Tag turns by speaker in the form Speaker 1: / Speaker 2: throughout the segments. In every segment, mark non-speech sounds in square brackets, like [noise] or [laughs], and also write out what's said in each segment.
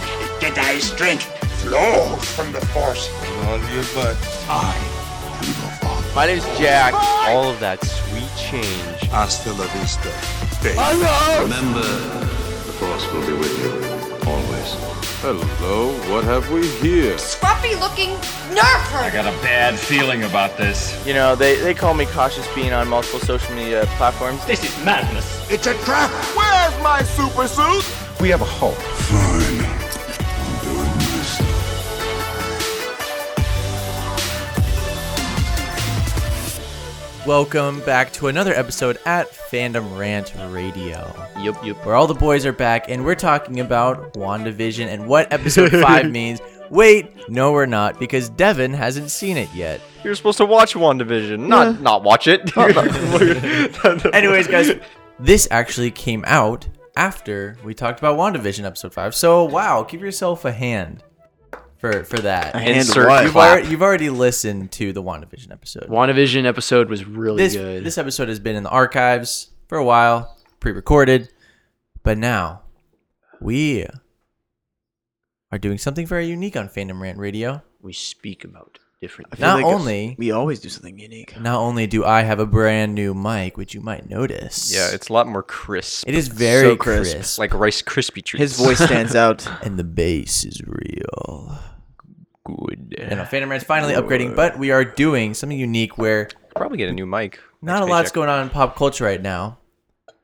Speaker 1: crocodile strength flows from the force.
Speaker 2: All of your butt.
Speaker 1: I am the father.
Speaker 3: My name's Jack. All of that sweet change.
Speaker 2: Hasta la vista, baby.
Speaker 4: Remember, the Force will be with you always.
Speaker 5: Hello, what have we here?
Speaker 6: Scruffy looking nerf herder.
Speaker 7: Got a bad feeling about this.
Speaker 3: You know, they, they call me Cautious Bean on multiple social media platforms.
Speaker 7: This is madness.
Speaker 1: It's a trap.
Speaker 3: Where's my super suit?
Speaker 8: We have a Hulk.
Speaker 2: Fine. I'll do it myself.
Speaker 9: Welcome back to another episode at Fandom Rant Radio,
Speaker 3: Yup, yup.
Speaker 9: where all the boys are back and we're talking about WandaVision and what
Speaker 3: [laughs]
Speaker 9: episode 5 means. Wait, no, we're not, because Devin hasn't seen it yet.
Speaker 3: You're supposed to watch WandaVision, not not
Speaker 10: [laughs]
Speaker 3: watch it. [laughs]
Speaker 9: Anyways, guys, this actually came out after we talked about WandaVision episode 5. So, wow, give yourself a hand for for that.
Speaker 3: Insert
Speaker 9: You've,
Speaker 3: clap.
Speaker 9: already, you've already listened to the WandaVision episode.
Speaker 3: WandaVision episode was really
Speaker 9: this
Speaker 3: good.
Speaker 9: this episode has been in the archives for a while, pre-recorded, but now we are doing something very unique on Fandom Rant Radio.
Speaker 3: we speak about different.
Speaker 11: I feel
Speaker 9: Not
Speaker 11: like it's-
Speaker 9: only-
Speaker 11: we always do something unique.
Speaker 9: Not only do I have a brand new mic, which you might notice,
Speaker 3: Yeah, it's a lot more crisp.
Speaker 9: it is very
Speaker 11: so
Speaker 9: crisp,
Speaker 11: crisp.
Speaker 3: like Rice Krispie treats.
Speaker 10: [laughs]
Speaker 11: His voice stands out.
Speaker 9: and the bass is real.
Speaker 3: good.
Speaker 9: And Phantom Rant's finally upgrading, but we are doing something unique where
Speaker 3: Probably get a new mic.
Speaker 9: not a lot's going on in pop culture right now,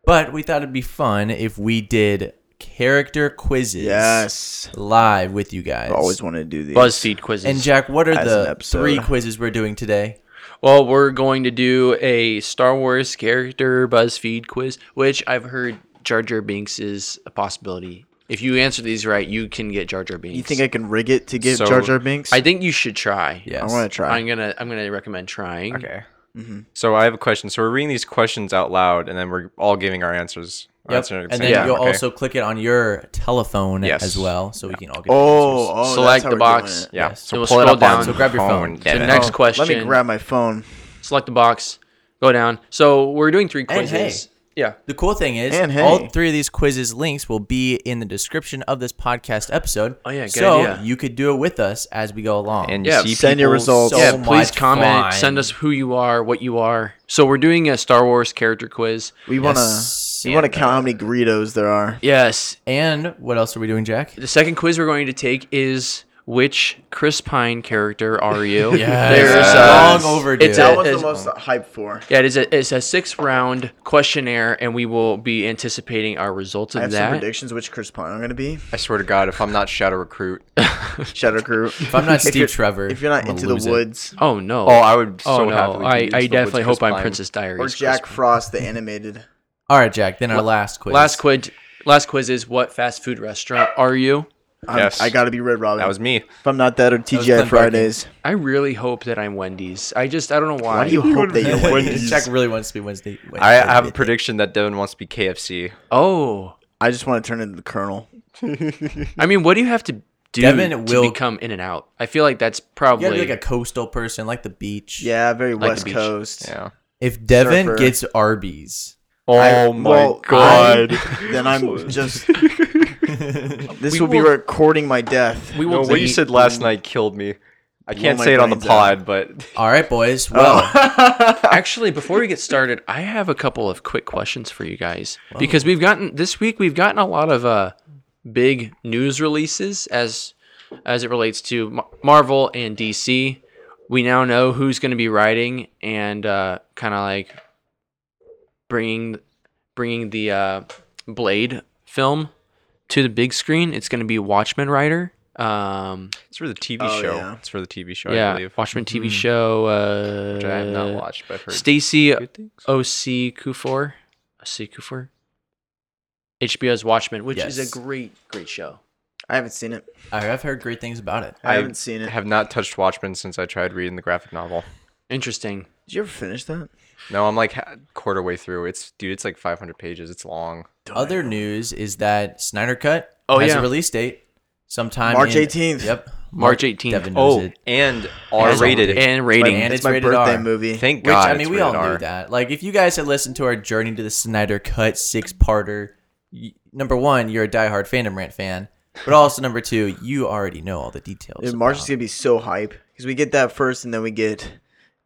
Speaker 9: but we thought it'd be fun if we did character quizzes
Speaker 11: Yes.
Speaker 9: live with you guys.
Speaker 11: I always wanted to do
Speaker 3: [laughs]
Speaker 11: these.
Speaker 3: BuzzFeed quizzes.
Speaker 9: And Jack, what are
Speaker 11: as an
Speaker 9: the
Speaker 11: episode.
Speaker 9: three quizzes we're doing today?
Speaker 3: Well, we're going to do a Star Wars character BuzzFeed quiz, which I've heard Jar Jar Binks is a possibility. If you answer these right, you can get Jar Jar Binks.
Speaker 11: You think I can rig it to get
Speaker 3: So,
Speaker 11: Jar Jar Binks?
Speaker 3: I think you should try.
Speaker 9: Yes.
Speaker 11: I want to try.
Speaker 3: I'm gonna I'm gonna recommend trying.
Speaker 9: Okay.
Speaker 10: Mm-hmm. So I have a question. So we're reading these questions out loud, and then we're all giving our answers. Our
Speaker 9: Yep.
Speaker 10: answer at the
Speaker 9: And then
Speaker 10: same time,
Speaker 9: you'll
Speaker 10: okay.
Speaker 9: also click it on your telephone
Speaker 10: Yes.
Speaker 9: as well, so we can all get.
Speaker 11: Oh,
Speaker 9: the
Speaker 11: oh, that's
Speaker 3: Select
Speaker 11: how
Speaker 3: the
Speaker 11: we're
Speaker 3: box.
Speaker 11: doing
Speaker 10: yeah.
Speaker 9: Yes.
Speaker 3: So
Speaker 10: So
Speaker 3: we'll
Speaker 10: pull it
Speaker 3: scroll
Speaker 10: up
Speaker 3: down.
Speaker 10: on
Speaker 3: So
Speaker 9: grab your phone.
Speaker 3: The
Speaker 10: Devin.
Speaker 3: next
Speaker 11: it.
Speaker 3: question.
Speaker 11: Oh, Let me grab my phone.
Speaker 3: Select the box. Go down. So we're doing three
Speaker 9: And hey.
Speaker 3: quizzes. Yeah.
Speaker 9: The cool thing is,
Speaker 11: And hey.
Speaker 9: all three of these quizzes links will be in the description of this podcast episode.
Speaker 3: Oh, yeah, good
Speaker 9: so
Speaker 3: idea.
Speaker 9: you could do it with us as we go along.
Speaker 10: and
Speaker 3: Yeah,
Speaker 10: you see
Speaker 11: Send your
Speaker 10: people-
Speaker 11: results.
Speaker 9: so
Speaker 3: yeah, please
Speaker 9: much
Speaker 3: comment.
Speaker 9: fun.
Speaker 3: Send us who you are, what you are. So we're doing a Star Wars character quiz.
Speaker 11: We wanna
Speaker 9: Yes.
Speaker 11: we wanna
Speaker 9: And,
Speaker 11: count how many Greedos there are.
Speaker 3: Yes.
Speaker 9: and what else are we doing, Jack?
Speaker 3: The second quiz we're going to take is which Chris Pine character are you?
Speaker 9: Yes.
Speaker 3: There's uh,
Speaker 9: Long overdue.
Speaker 3: It's
Speaker 11: That
Speaker 3: a,
Speaker 11: was the
Speaker 3: it's-
Speaker 11: most hype for.
Speaker 3: yeah, it is a, it's a six round questionnaire, and we will be anticipating our results
Speaker 11: I
Speaker 3: of
Speaker 11: have some
Speaker 3: that.
Speaker 11: predictions which Chris Pine I'm gonna be.
Speaker 10: I swear to God, if I'm not Shadow Recruit,
Speaker 11: Shadow Crew.
Speaker 9: If I'm not Steve
Speaker 11: you're-
Speaker 9: Trevor,
Speaker 11: [laughs] if you're not
Speaker 9: I'm gonna
Speaker 11: into the
Speaker 9: lose it.
Speaker 11: woods
Speaker 3: Oh no!
Speaker 10: oh, I would so
Speaker 3: Oh, no!
Speaker 10: happily.
Speaker 3: I,
Speaker 10: use
Speaker 3: I
Speaker 10: the
Speaker 3: definitely
Speaker 10: Woods
Speaker 3: hope I'm
Speaker 10: Chris
Speaker 3: Princess Diaries.
Speaker 11: or
Speaker 3: Chris
Speaker 11: Jack
Speaker 3: Pine.
Speaker 11: Frost, the animated.
Speaker 9: All right, Jack. Then our last quiz.
Speaker 3: Last quiz. Last quiz is what fast food restaurant are you?
Speaker 11: I'm,
Speaker 10: Yes.
Speaker 11: I gotta be Red Robin.
Speaker 10: That was me.
Speaker 11: if I'm not that or
Speaker 9: Clint
Speaker 11: TGI Fridays.
Speaker 3: I really hope that I'm Wendy's. I just I don't know why.
Speaker 11: Why do you hope that you're
Speaker 9: [laughs]
Speaker 11: Wendy's?
Speaker 9: Jack really wants to be Wednesday. Wednesday
Speaker 10: I have a prediction that Devin wants to be KFC.
Speaker 3: Oh,
Speaker 11: I just want to turn into the Colonel.
Speaker 3: I mean, what do you have to do
Speaker 9: Devin
Speaker 3: to
Speaker 9: will-
Speaker 3: become In and Out? I feel like that's
Speaker 9: You
Speaker 3: probably
Speaker 9: gotta be like a coastal person, like the beach.
Speaker 11: Yeah, very
Speaker 3: Like the
Speaker 11: West
Speaker 3: beach.
Speaker 11: Coast.
Speaker 10: Yeah.
Speaker 9: If Devin
Speaker 11: Surfer.
Speaker 9: gets Arby's,
Speaker 11: I-
Speaker 10: Oh my
Speaker 11: well,
Speaker 10: God.
Speaker 11: I- [laughs] then I'm just. this will be recording my death.
Speaker 3: we
Speaker 10: no,
Speaker 3: will
Speaker 10: what you
Speaker 3: be-
Speaker 10: said last night killed me. I can't
Speaker 11: my
Speaker 10: say it on the
Speaker 11: brains out.
Speaker 10: pod, but [laughs]
Speaker 9: all right, boys. Well,
Speaker 3: Actually, before we get started, I have a couple of quick questions for you guys because we've gotten this week we've gotten a lot of uh big news releases as as it relates to Mar- Marvel and DC. We now know who's going to be writing and uh kind of like bringing bringing the uh Blade film to the big screen. It's going to be Watchmen writer. Um
Speaker 10: it's for the TV
Speaker 11: Oh,
Speaker 10: show.
Speaker 11: yeah.
Speaker 10: It's for the TV show, I
Speaker 3: yeah,
Speaker 10: believe. Mm-hmm.
Speaker 3: Watchmen TV show uh
Speaker 10: Which I have not watched, but I've heard
Speaker 3: Stacy
Speaker 10: good things.
Speaker 3: OC Kufor, OC Kufor, HBO's Watchmen, which is
Speaker 9: Yes.
Speaker 3: a great, great show.
Speaker 11: I haven't seen it.
Speaker 9: I have heard great things about it.
Speaker 11: I, haven't seen it.
Speaker 10: have not touched Watchmen since I tried reading the graphic novel.
Speaker 3: Interesting.
Speaker 11: Did you ever finish that?
Speaker 10: No, I'm like ha- quarter way through. It's dude, it's like 500 pages. It's long.
Speaker 9: Other news is that Snyder Cut
Speaker 3: Oh,
Speaker 9: has
Speaker 3: yeah.
Speaker 9: a release date sometime
Speaker 11: March
Speaker 9: in-
Speaker 11: 18th.
Speaker 9: Yep,
Speaker 3: March 18th.
Speaker 9: Devin
Speaker 10: Oh,
Speaker 9: knows Oh. it.
Speaker 10: and R rated.
Speaker 3: and
Speaker 9: Like,
Speaker 3: rating.
Speaker 9: And
Speaker 11: it's,
Speaker 9: it's
Speaker 11: my
Speaker 9: rated
Speaker 11: birthday
Speaker 9: R.
Speaker 11: movie.
Speaker 10: Thank
Speaker 9: Which
Speaker 10: God.
Speaker 9: I mean,
Speaker 10: it's
Speaker 9: we all
Speaker 10: rated
Speaker 9: knew
Speaker 10: R.
Speaker 9: that. Like, if you guys had listened to our journey to the Snyder Cut six parter, y- number one, you're a diehard Phantom Rant fan. But also number two, you already know all the details.
Speaker 11: Dude, March is
Speaker 9: about-
Speaker 11: gonna be so hype because we get that first, and then we get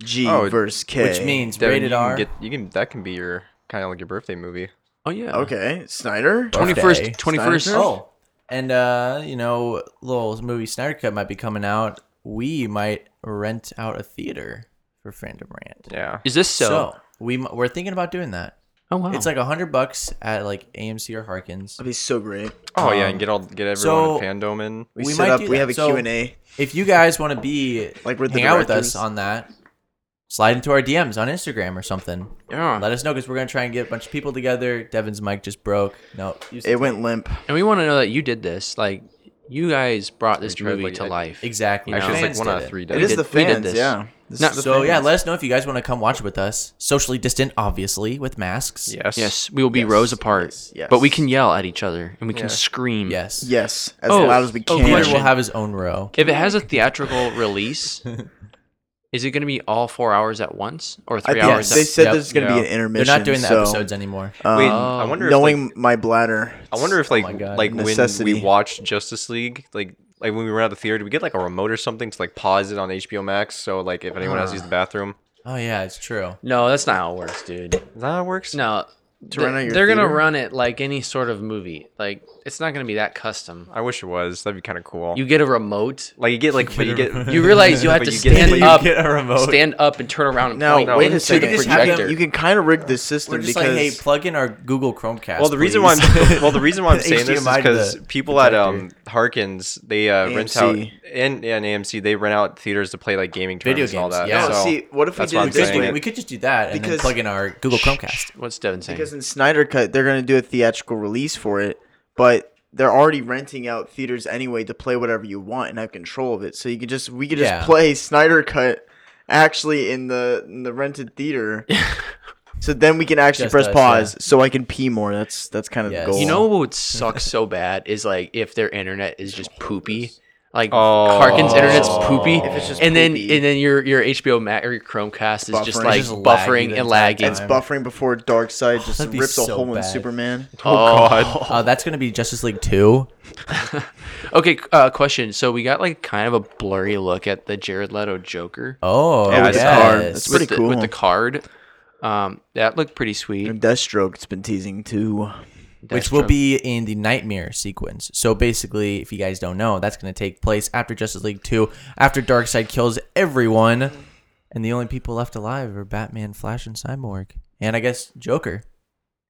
Speaker 11: G
Speaker 10: Oh,
Speaker 11: versus K.
Speaker 9: which means
Speaker 10: Devin,
Speaker 9: rated
Speaker 10: you can
Speaker 9: R.
Speaker 10: Get, you can that can be your kind of like your birthday movie.
Speaker 3: Oh yeah.
Speaker 11: okay, Snyder.
Speaker 3: Twenty
Speaker 9: Birthday.
Speaker 3: first. Twenty first.
Speaker 9: Oh, and uh, you know, little movie Snyder Cut might be coming out. We might rent out a theater for Fandom Rant.
Speaker 10: Yeah.
Speaker 3: Is this so?
Speaker 9: So we m- we're thinking about doing that.
Speaker 3: oh wow.
Speaker 9: It's like a hundred bucks at like AMC or Harkins.
Speaker 11: That'd be so great.
Speaker 10: Oh yeah, and get all get everyone
Speaker 9: so-
Speaker 10: in fandom in.
Speaker 11: We,
Speaker 9: We
Speaker 11: set
Speaker 9: might
Speaker 11: up.
Speaker 9: do
Speaker 11: We
Speaker 9: that.
Speaker 11: have a
Speaker 9: So-
Speaker 11: Q and A.
Speaker 9: If you guys want to be
Speaker 11: Like
Speaker 9: like
Speaker 11: with the
Speaker 9: hang out with
Speaker 11: directors.
Speaker 9: us on that, slide into our DMs on Instagram or something.
Speaker 3: yeah.
Speaker 9: Let us know because we're gonna try and get a bunch of people together. Devin's mic just broke. No, you
Speaker 11: It went limp.
Speaker 3: And we want to know that you did this. Like, you guys brought this
Speaker 10: tried,
Speaker 3: movie
Speaker 10: like,
Speaker 3: to
Speaker 10: I-
Speaker 3: life.
Speaker 9: exactly.
Speaker 10: Actually,
Speaker 9: Fans
Speaker 10: it's like one
Speaker 9: did
Speaker 10: out of
Speaker 9: it.
Speaker 10: three
Speaker 11: It
Speaker 10: days.
Speaker 11: is
Speaker 3: did-
Speaker 11: the
Speaker 3: we did
Speaker 11: fans.
Speaker 3: this.
Speaker 11: Yeah. This
Speaker 3: No,
Speaker 11: is the
Speaker 9: So yeah,
Speaker 11: fans.
Speaker 9: let us know if you guys want to come watch it with us. Socially distant, obviously, with masks.
Speaker 10: Yes.
Speaker 3: Yes, we will be rows apart,
Speaker 11: yes.
Speaker 3: but we can yell at each other and we
Speaker 10: Yeah.
Speaker 3: can scream.
Speaker 9: Yes.
Speaker 11: Yes, as
Speaker 3: Oh,
Speaker 11: loud as we
Speaker 3: oh,
Speaker 11: can.
Speaker 9: Peter
Speaker 3: question.
Speaker 9: will have his own row.
Speaker 3: If it has a theatrical release, is it going to be all four hours at once or
Speaker 11: I
Speaker 3: three
Speaker 11: think
Speaker 3: hours?
Speaker 11: they
Speaker 3: at-
Speaker 11: said
Speaker 9: Yep.
Speaker 11: there's gonna be
Speaker 10: Yeah.
Speaker 11: an
Speaker 9: They're
Speaker 11: intermission.
Speaker 9: not doing the
Speaker 11: so,
Speaker 9: episodes anymore.
Speaker 11: um,
Speaker 10: Wait, I wonder if
Speaker 11: knowing
Speaker 10: like,
Speaker 11: my bladder.
Speaker 10: I wonder if like
Speaker 9: Oh my God.
Speaker 10: like
Speaker 11: Necessity.
Speaker 10: when we watched Justice League, like like when we were out of the theater, did we get like a remote or something to like pause it on HBO Max? So like if anyone has to use the bathroom,
Speaker 9: Oh yeah, it's true.
Speaker 3: no, that's not how it works, dude.
Speaker 10: is that how it works?
Speaker 3: No,
Speaker 11: To run out
Speaker 3: th-
Speaker 11: your
Speaker 3: they're going to
Speaker 11: theater?
Speaker 3: run it like any sort of movie. Like, it's not going to be that custom.
Speaker 10: I wish it was. That'd be kind of cool.
Speaker 3: You get a remote.
Speaker 10: like you get like but
Speaker 9: [laughs]
Speaker 10: you get
Speaker 3: You realize you have
Speaker 10: but
Speaker 3: to
Speaker 10: you [laughs] get-
Speaker 3: stand
Speaker 10: but you
Speaker 3: up,
Speaker 9: get a remote.
Speaker 3: stand up, and turn around and
Speaker 11: Now
Speaker 3: point [laughs]
Speaker 11: wait a
Speaker 3: into
Speaker 11: second.
Speaker 3: the
Speaker 11: You can-
Speaker 3: projector.
Speaker 11: You can kind of rig this system
Speaker 9: We're just
Speaker 11: because
Speaker 9: like, hey, plug in our Google Chromecast.
Speaker 10: Well, the reason why
Speaker 9: please. [laughs]
Speaker 10: I'm, [laughs] well the reason why I'm saying this is
Speaker 9: HDMI to
Speaker 10: because
Speaker 9: the
Speaker 10: people at um
Speaker 9: projector.
Speaker 10: Harkins they uh, rent out
Speaker 11: AMC.
Speaker 10: and yeah, and AMC they rent out theaters to play like gaming
Speaker 9: Video
Speaker 10: tournaments and all
Speaker 9: games,
Speaker 10: that.
Speaker 9: yeah.
Speaker 11: No,
Speaker 10: so
Speaker 11: see, what if we
Speaker 10: that's why
Speaker 11: did
Speaker 10: I'm
Speaker 9: we could, do,
Speaker 10: saying
Speaker 11: differently?
Speaker 10: it.
Speaker 9: we could just do that and then
Speaker 11: Because-
Speaker 9: plug in our Google Chromecast.
Speaker 3: What's Devin saying?
Speaker 11: because in Snyder Cut they're gonna do a theatrical release for it, but they're already renting out theaters anyway to play whatever you want and have control of it. So you could just we could just
Speaker 9: Yeah.
Speaker 11: play Snyder Cut actually in the in the rented
Speaker 9: [laughs]
Speaker 11: theater. so then we can actually
Speaker 9: Just
Speaker 11: press
Speaker 9: us,
Speaker 11: pause so I can pee more. That's that's kind of
Speaker 9: Yes.
Speaker 11: the goal.
Speaker 3: You know what would suck so bad is like if their internet is just poopy. Like
Speaker 10: Oh.
Speaker 3: Harkin's internet's poopy,
Speaker 11: If it's just
Speaker 3: and then
Speaker 11: poopy.
Speaker 3: and then your your HBO Max or your Chromecast is just
Speaker 11: Buffering.
Speaker 3: like
Speaker 11: Just
Speaker 9: laggy
Speaker 3: buffering
Speaker 9: the
Speaker 3: and
Speaker 9: entire
Speaker 3: lagging.
Speaker 11: it's buffering before Dark Side just
Speaker 9: Oh, that'd be
Speaker 11: rips a
Speaker 9: so
Speaker 11: hole in
Speaker 9: bad.
Speaker 11: Superman.
Speaker 3: Oh.
Speaker 9: Uh, that's gonna be Justice League Two.
Speaker 3: [laughs] Okay, uh, question. So we got like kind of a blurry look at the Jared Leto Joker
Speaker 9: Oh,
Speaker 11: Yeah,
Speaker 9: yes.
Speaker 11: it's hard. It's
Speaker 3: with
Speaker 11: pretty
Speaker 3: the, with
Speaker 11: cool.
Speaker 3: the card. Um, that looked pretty sweet.
Speaker 11: And Deathstroke's been teasing too.
Speaker 9: which
Speaker 3: Deathstroke.
Speaker 9: will be in the nightmare sequence. So basically, if you guys don't know, that's going to take place after Justice League 2, after Darkseid kills everyone, and the only people left alive are Batman, Flash, and Cyborg, and I guess Joker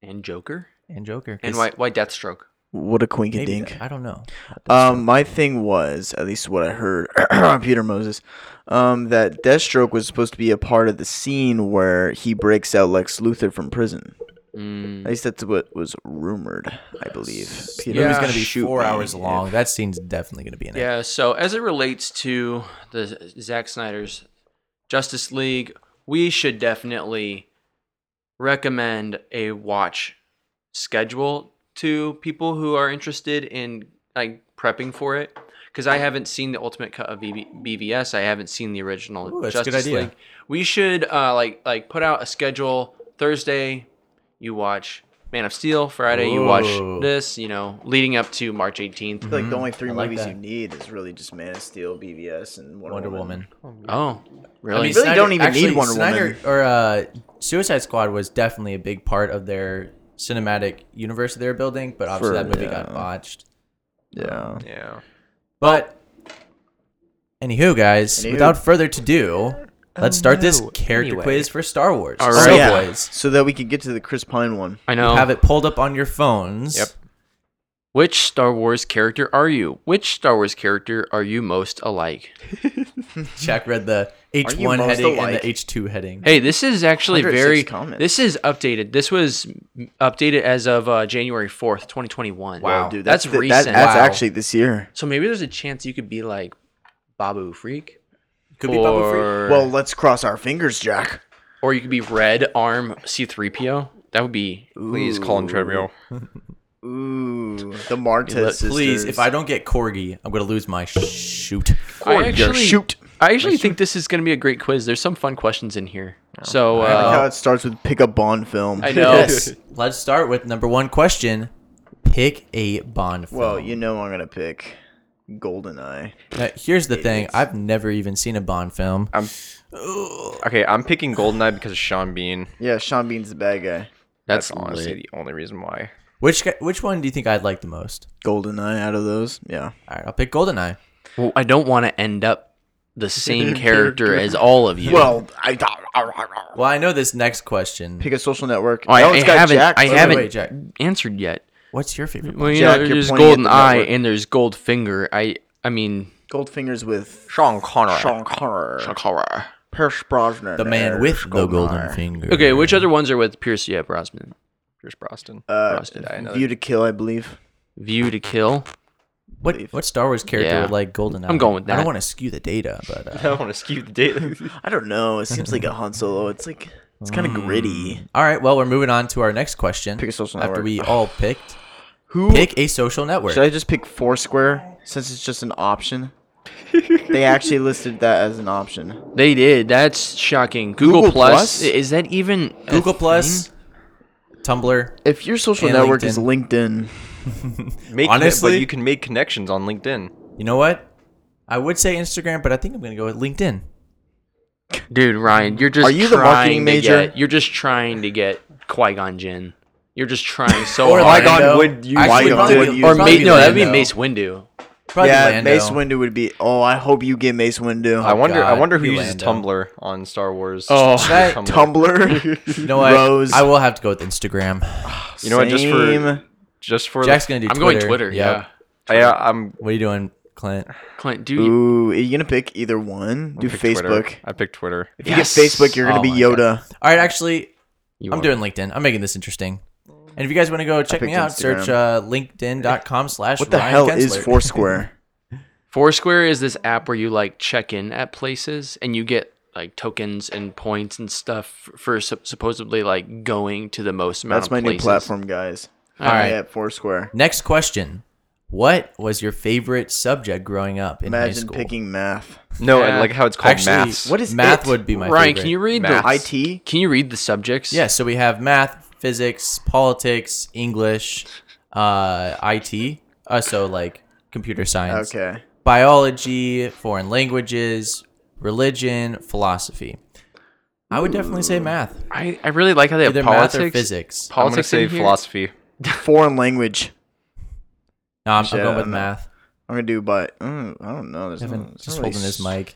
Speaker 3: and Joker
Speaker 9: and Joker. 'cause
Speaker 3: and why why Deathstroke?
Speaker 11: What a quink
Speaker 9: maybe
Speaker 11: dink.
Speaker 9: that- I don't know.
Speaker 11: Um, my thing was, at least what I heard [clears throat] on Peter Moses, um, that Deathstroke was supposed to be a part of the scene where he breaks out Lex Luthor from prison. At least that's what was rumored, I believe.
Speaker 9: The
Speaker 11: Peter,
Speaker 9: movie's going to be
Speaker 11: shoot
Speaker 9: four
Speaker 11: me
Speaker 9: hours
Speaker 11: if-
Speaker 9: long. That scene's definitely going to be in it.
Speaker 3: Yeah, so as it relates to the Zack Snyder's Justice League, we should definitely recommend a watch schedule to people who are interested in like prepping for it because I haven't seen the ultimate cut of BB- BVS. I haven't seen the original
Speaker 9: Ooh, that's a good
Speaker 3: Justice
Speaker 9: idea.
Speaker 3: League. We should uh, like like put out a schedule Thursday you watch Man of Steel, Friday you
Speaker 9: Ooh.
Speaker 3: watch this, you know, leading up to March 18th.
Speaker 11: I feel like the only three
Speaker 9: like
Speaker 11: movies
Speaker 9: that.
Speaker 11: you need is really just Man of Steel, BVS, and Wonder,
Speaker 9: Wonder
Speaker 11: Woman.
Speaker 9: Woman.
Speaker 3: Oh, really?
Speaker 11: mean, really don't even need Wonder Woman.
Speaker 9: Or uh, Suicide Squad was definitely a big part of their cinematic universe that they were building, but obviously
Speaker 11: For-
Speaker 9: that movie
Speaker 11: yeah.
Speaker 9: got botched.
Speaker 11: Yeah.
Speaker 10: yeah.
Speaker 9: But anywho, guys,
Speaker 11: Anywho.
Speaker 9: without further ado, let's start this character
Speaker 3: Anyway.
Speaker 9: quiz for Star Wars.
Speaker 3: All
Speaker 9: So,
Speaker 3: right.
Speaker 11: Oh, yeah.
Speaker 9: boys,
Speaker 11: So that we could get to the Chris Pine one.
Speaker 3: I know.
Speaker 9: have it pulled up on your phones.
Speaker 10: Yep.
Speaker 3: Which Star Wars character are you? Which Star Wars character are you most alike?
Speaker 9: Jack read the
Speaker 11: you
Speaker 9: H1
Speaker 11: most
Speaker 9: heading and
Speaker 11: alike?
Speaker 9: the H2 heading.
Speaker 3: Hey, this is actually
Speaker 11: 106
Speaker 3: very.
Speaker 11: comments.
Speaker 3: This is updated. This was m- updated as of uh, January fourth, twenty twenty one.
Speaker 9: Wow.
Speaker 11: Dude,
Speaker 3: that's,
Speaker 11: that's, the-
Speaker 3: recent.
Speaker 11: That, that's
Speaker 9: Wow.
Speaker 11: actually this year.
Speaker 3: so maybe there's a chance you could be like Babu Freak,
Speaker 9: Could be Bubba Free.
Speaker 3: or
Speaker 11: Well, let's cross our fingers, Jack.
Speaker 3: or you could be Red Arm C three PO. That would be.
Speaker 10: Please call him Trevio.
Speaker 11: Ooh, the Martez
Speaker 9: Please,
Speaker 11: sisters.
Speaker 9: if I don't get Corgi, I'm gonna lose my shoot.
Speaker 3: I actually,
Speaker 11: shoot. Oh.
Speaker 3: I actually think this is going to be a great quiz. There's some fun questions in here. So
Speaker 11: I like how
Speaker 3: uh,
Speaker 11: [laughs] it starts with pick a Bond film.
Speaker 3: I know.
Speaker 9: Let's start with number one question: Pick pick a Bond film.
Speaker 11: Well, you know I'm gonna pick Goldeneye.
Speaker 9: Now, here's the thing: I've never even seen a Bond film.
Speaker 10: Okay, I'm picking Goldeneye because of Sean Bean.
Speaker 11: Yeah, Sean Bean's the bad guy.
Speaker 10: That's,
Speaker 3: That's,
Speaker 10: honestly
Speaker 3: lit.
Speaker 10: the only reason why.
Speaker 9: Which guy- which one do you think I'd like the most?
Speaker 11: Goldeneye out of those, yeah.
Speaker 9: All right, I'll pick Goldeneye.
Speaker 3: Well, I don't want to end up the same character as all of you.
Speaker 11: Well, I
Speaker 9: Well, I know this next question.
Speaker 11: pick a social network.
Speaker 3: Oh, I,
Speaker 11: No,
Speaker 3: I
Speaker 11: it's got
Speaker 3: haven't,
Speaker 11: Jack.
Speaker 3: I
Speaker 11: Wait, wait,
Speaker 3: haven't
Speaker 9: wait, Jack.
Speaker 3: answered yet.
Speaker 9: What's your favorite?
Speaker 3: Well, you
Speaker 11: Jack,
Speaker 3: know,
Speaker 11: you're
Speaker 3: there's
Speaker 11: pointing at the
Speaker 3: Golden Eye
Speaker 11: network.
Speaker 3: and there's Goldfinger. I, I mean,
Speaker 11: Goldfinger's with
Speaker 10: Sean Connery.
Speaker 11: Sean Connery. Pierce Brosnan.
Speaker 9: The man with the golden
Speaker 11: Goldeneye.
Speaker 9: finger.
Speaker 3: okay, which other ones are with Pierce? Yeah, Brosnan.
Speaker 10: Pierce Brosnan.
Speaker 11: Uh,
Speaker 3: Brosnan. I know.
Speaker 11: View to Kill, I believe.
Speaker 3: View to Kill.
Speaker 9: What what Star Wars character
Speaker 3: Yeah.
Speaker 9: would like Goldeneye?
Speaker 3: I'm going with
Speaker 9: I don't
Speaker 3: that.
Speaker 9: want to skew the data, but uh,
Speaker 10: [laughs] I don't want to skew the date.
Speaker 11: I don't know. It seems like a Han Solo. It's like it's kind of gritty.
Speaker 9: all right. Well, we're moving on to our next question.
Speaker 11: Pick a social
Speaker 9: After
Speaker 11: network.
Speaker 9: we
Speaker 11: [sighs]
Speaker 9: all picked,
Speaker 11: Who
Speaker 9: pick a social network.
Speaker 11: should I just pick Foursquare since it's just an option? they actually listed that as an option.
Speaker 3: They did. That's shocking. Google,
Speaker 11: Google
Speaker 3: Plus?
Speaker 11: Plus?
Speaker 3: Is that even a
Speaker 9: Google Plus,
Speaker 3: thing?
Speaker 9: Tumblr.
Speaker 11: If your social
Speaker 9: And
Speaker 11: network is LinkedIn,
Speaker 10: Make Honestly,
Speaker 9: Honestly-
Speaker 10: but you can make connections on LinkedIn.
Speaker 9: You know what? I would say Instagram, but I think I'm gonna go with LinkedIn.
Speaker 3: Dude, Ryan, you're just
Speaker 11: Are you the
Speaker 3: trying to
Speaker 11: marketing major?
Speaker 3: get- you're just trying to get Qui Gon Jinn. You're just trying
Speaker 11: Oh,
Speaker 3: so
Speaker 9: Or
Speaker 3: hard.
Speaker 9: Lando.
Speaker 10: would you-
Speaker 9: Actually,
Speaker 11: Qui-Gon
Speaker 9: probably-
Speaker 11: would use-
Speaker 3: or Ma-
Speaker 9: probably
Speaker 3: no, that'd be
Speaker 9: Lando.
Speaker 3: Mace Windu.
Speaker 9: Probably Oh.
Speaker 11: yeah,
Speaker 9: Lando.
Speaker 11: Mace Windu would be. Oh, I hope you get Mace Windu.
Speaker 10: I wonder. I
Speaker 9: God,
Speaker 10: wonder who
Speaker 9: you
Speaker 10: uses
Speaker 9: Lando.
Speaker 10: Tumblr on Star Wars.
Speaker 3: Oh.
Speaker 10: Just
Speaker 9: That-
Speaker 11: Tumblr,
Speaker 9: You know
Speaker 11: [laughs]
Speaker 9: what?
Speaker 11: Rose.
Speaker 9: I will have to go with Instagram.
Speaker 10: You know what? Just for
Speaker 11: Same.
Speaker 10: just for
Speaker 9: Jack's gonna do.
Speaker 3: I'm
Speaker 9: Twitter.
Speaker 3: going Twitter.
Speaker 9: Yep.
Speaker 3: Yeah.
Speaker 10: the, yeah, I'm
Speaker 9: What are you doing, Clint?
Speaker 3: Clint, do you
Speaker 11: Ooh, are you gonna pick either one? Do
Speaker 10: pick
Speaker 11: Facebook.
Speaker 10: Twitter. I picked Twitter.
Speaker 11: If you get Facebook, you're gonna
Speaker 9: Oh
Speaker 11: be
Speaker 9: my
Speaker 11: Yoda.
Speaker 9: All right, actually,
Speaker 3: You
Speaker 9: I'm
Speaker 3: are.
Speaker 9: doing LinkedIn. I'm making this interesting. And if you guys want to go check me
Speaker 11: picked
Speaker 9: out,
Speaker 11: Instagram.
Speaker 9: search uh, linkedin.com slash
Speaker 11: What the
Speaker 9: Ryan
Speaker 11: hell
Speaker 9: Kensler.
Speaker 11: is
Speaker 9: [laughs]
Speaker 11: Foursquare?
Speaker 3: Foursquare is this app where you like check in at places and you get like tokens and points and stuff for sup- supposedly like going to the most amount.
Speaker 11: That's
Speaker 3: of
Speaker 11: my new
Speaker 3: places.
Speaker 11: platform, guys. All
Speaker 9: right.
Speaker 11: yeah, Foursquare.
Speaker 9: Next question. What was your favorite subject growing up in high
Speaker 11: Imagine
Speaker 9: school?
Speaker 11: picking math.
Speaker 10: No,
Speaker 3: Yeah.
Speaker 10: I like how it's called
Speaker 9: Actually,
Speaker 10: maths.
Speaker 11: What is
Speaker 9: math
Speaker 11: it?
Speaker 9: would be my
Speaker 3: Ryan,
Speaker 9: favorite.
Speaker 3: can you read
Speaker 10: Math.
Speaker 3: the
Speaker 11: IT.
Speaker 3: Can you read the subjects?
Speaker 9: Yeah, so we have math, physics, politics, English, uh, IT. Uh, so like computer science.
Speaker 11: Okay.
Speaker 9: biology, foreign languages, religion, philosophy. I would definitely say math.
Speaker 3: I, I really like how they have
Speaker 9: Either
Speaker 3: politics,
Speaker 9: math or physics.
Speaker 10: I'm gonna
Speaker 3: Politics
Speaker 10: say
Speaker 3: in here?
Speaker 10: philosophy.
Speaker 11: Foreign language.
Speaker 9: No, I'm, I'm
Speaker 11: Yeah,
Speaker 9: going with
Speaker 11: I'm not-
Speaker 9: math.
Speaker 11: I'm gonna do, but mm, I don't know. There's no,
Speaker 9: Evan
Speaker 11: it's not
Speaker 9: just
Speaker 11: really
Speaker 9: holding his
Speaker 11: s-
Speaker 9: mic.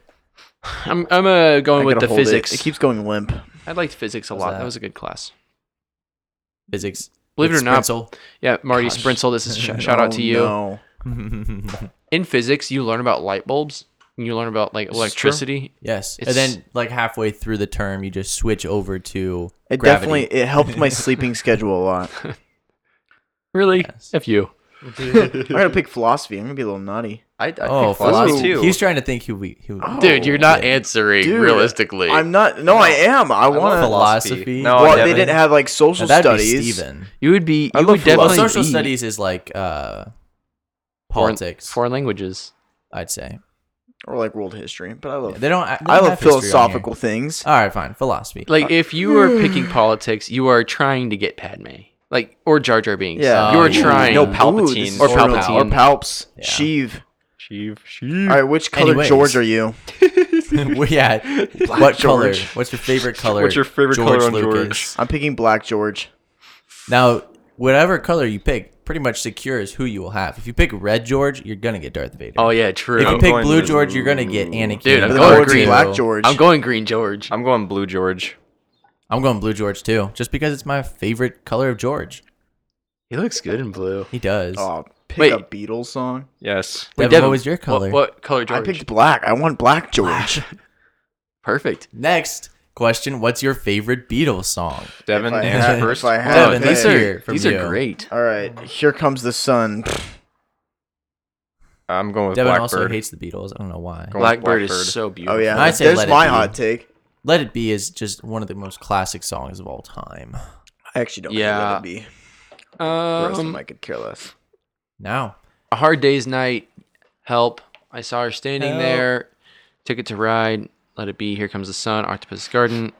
Speaker 3: I'm I'm uh,
Speaker 11: I
Speaker 3: going with
Speaker 11: gotta
Speaker 3: the
Speaker 11: hold it.
Speaker 3: physics.
Speaker 11: It. keeps going limp.
Speaker 3: I liked physics a
Speaker 9: How's
Speaker 3: lot.
Speaker 9: that?
Speaker 3: That? was a good class.
Speaker 9: Physics.
Speaker 3: Believe it
Speaker 9: It's
Speaker 3: or not-
Speaker 9: Spritzel.
Speaker 3: Yeah, Marty Sprinsel. This is sh-
Speaker 9: [laughs]
Speaker 11: [laughs]
Speaker 3: shout out
Speaker 11: Oh,
Speaker 3: to you.
Speaker 11: No.
Speaker 3: In physics, you learn about light bulbs. And you learn about like electricity.
Speaker 9: Yes.
Speaker 3: It's-
Speaker 9: And then, like halfway through the term, you just switch over to
Speaker 11: It
Speaker 9: gravity.
Speaker 11: definitely it
Speaker 3: [laughs]
Speaker 11: helped my sleeping schedule a lot.
Speaker 3: Really? If you.
Speaker 11: I'm gonna pick philosophy. I'm gonna be a little naughty.
Speaker 10: I, I
Speaker 9: Oh,
Speaker 10: picked philosophy
Speaker 9: philosophy.
Speaker 10: too.
Speaker 9: He's trying to think who we
Speaker 11: [gasps]
Speaker 9: who.
Speaker 3: Dude, you're not answering
Speaker 11: Oh, Dude,
Speaker 3: realistically.
Speaker 11: I'm not. No, I am. I want to.
Speaker 9: philosophy.
Speaker 10: No,
Speaker 11: Well,
Speaker 10: I
Speaker 11: they didn't have like social
Speaker 9: Now, that'd be
Speaker 11: studies.
Speaker 9: Steven.
Speaker 3: you would be. You
Speaker 11: love
Speaker 3: would definitely
Speaker 9: Well, social
Speaker 3: be
Speaker 9: studies is like uh,
Speaker 3: foreign-
Speaker 9: politics.
Speaker 3: foreign languages.
Speaker 9: I'd say
Speaker 11: or like world history, but I love.
Speaker 9: they don't. They
Speaker 11: I
Speaker 9: don't
Speaker 11: love
Speaker 9: have history on here.
Speaker 11: philosophical things.
Speaker 9: All right, fine.
Speaker 11: [laughs]
Speaker 9: Philosophy.
Speaker 3: Like if you are picking politics, you are trying to get Padme, like or Jar Jar Binks.
Speaker 11: Yeah.
Speaker 3: you are
Speaker 9: Oh, yeah.
Speaker 3: trying.
Speaker 10: No,
Speaker 11: Ooh,
Speaker 10: Palpatine.
Speaker 11: this is
Speaker 3: Or
Speaker 11: true.
Speaker 3: Palpatine.
Speaker 11: or Palps,
Speaker 9: Yeah.
Speaker 11: Sheev.
Speaker 10: Sheev,
Speaker 11: All
Speaker 10: sheev.
Speaker 11: right, which color
Speaker 9: Anyways.
Speaker 11: George are you?
Speaker 9: Well, yeah. what color?
Speaker 11: George.
Speaker 9: What's your
Speaker 11: [laughs]
Speaker 9: favorite color?
Speaker 10: What's your favorite color on George?
Speaker 11: I'm picking black George.
Speaker 9: Now, whatever color you pick, pretty much secures who you will have. If you pick red George, you're gonna get Darth Vader.
Speaker 3: Oh yeah, true.
Speaker 9: if you pick
Speaker 10: going
Speaker 9: blue
Speaker 10: with-
Speaker 9: George, you're gonna get Anakin.
Speaker 3: Dude, I'm
Speaker 9: Or
Speaker 11: But then
Speaker 3: going
Speaker 11: I would be
Speaker 3: green.
Speaker 11: black George.
Speaker 3: I'm going Green George.
Speaker 10: I'm going blue George.
Speaker 9: I'm going blue George too, just because it's my favorite color of George.
Speaker 3: He looks good in blue.
Speaker 9: He does.
Speaker 11: Oh, pick
Speaker 3: Wait.
Speaker 11: a Beatles song.
Speaker 10: Yes.
Speaker 9: Devin,
Speaker 3: Devin,
Speaker 9: what was your color?
Speaker 3: What, what color George?
Speaker 11: I picked black. I want black
Speaker 9: [laughs]
Speaker 11: George.
Speaker 3: Perfect.
Speaker 9: Next question: What's your favorite Beatles song?
Speaker 10: Devin,
Speaker 11: If I
Speaker 10: answer
Speaker 11: had-
Speaker 10: first.
Speaker 11: if I had-
Speaker 9: Devin,
Speaker 11: Okay.
Speaker 9: let's hear from
Speaker 3: These
Speaker 9: you.
Speaker 3: are great.
Speaker 11: All right, here comes the sun.
Speaker 10: I'm going with
Speaker 9: Devin also
Speaker 10: Blackbird.
Speaker 9: hates the Beatles. I don't know why.
Speaker 10: Go-
Speaker 3: Blackbird,
Speaker 10: Blackbird.
Speaker 3: is so beautiful.
Speaker 11: Oh yeah,
Speaker 9: I'd say
Speaker 11: there's
Speaker 9: Let It
Speaker 11: my
Speaker 9: Be.
Speaker 11: hot take.
Speaker 9: Let It Be is just one of the most classic songs of all time.
Speaker 11: I actually don't.
Speaker 3: Yeah.
Speaker 11: Yeah, let it be. The rest of them
Speaker 3: Um,
Speaker 11: I could care less.
Speaker 9: Now,
Speaker 3: a hard day's night. Help! I saw her standing
Speaker 9: Help.
Speaker 3: there. Ticket to ride. Let it be. Here comes the sun. Octopus garden.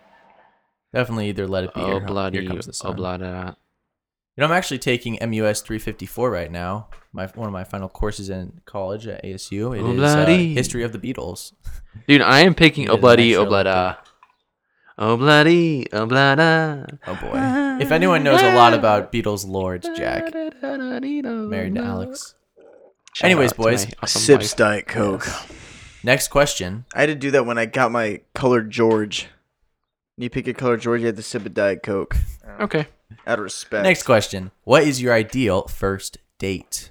Speaker 9: definitely either Let It Be
Speaker 3: Oh
Speaker 9: or
Speaker 3: bloody!
Speaker 9: Here Comes the
Speaker 3: Oh
Speaker 9: Sun.
Speaker 3: blah da. da.
Speaker 9: You know, I'm actually taking MUS 354 right now. My one of my final courses in college at ASU. It
Speaker 3: Oh,
Speaker 9: is uh,
Speaker 3: bloody.
Speaker 9: history of the Beatles.
Speaker 3: Dude, I am picking
Speaker 9: Yeah, the
Speaker 3: Obladi
Speaker 9: next
Speaker 3: Oblada. Obladi Oblada.
Speaker 9: Oh
Speaker 3: [laughs]
Speaker 9: boy! if anyone knows a lot about Beatles lore, it's Jack, married to Alex.
Speaker 3: Shout
Speaker 9: Anyways,
Speaker 3: out to
Speaker 9: boys,
Speaker 3: my awesome
Speaker 11: Sips
Speaker 3: wife.
Speaker 11: Diet Coke.
Speaker 9: Next question.
Speaker 11: I had to do that when I got my colored George. When you pick a colored George, you had to sip a Diet Coke.
Speaker 3: Okay.
Speaker 11: Out of respect.
Speaker 9: Next question. What is your ideal first date?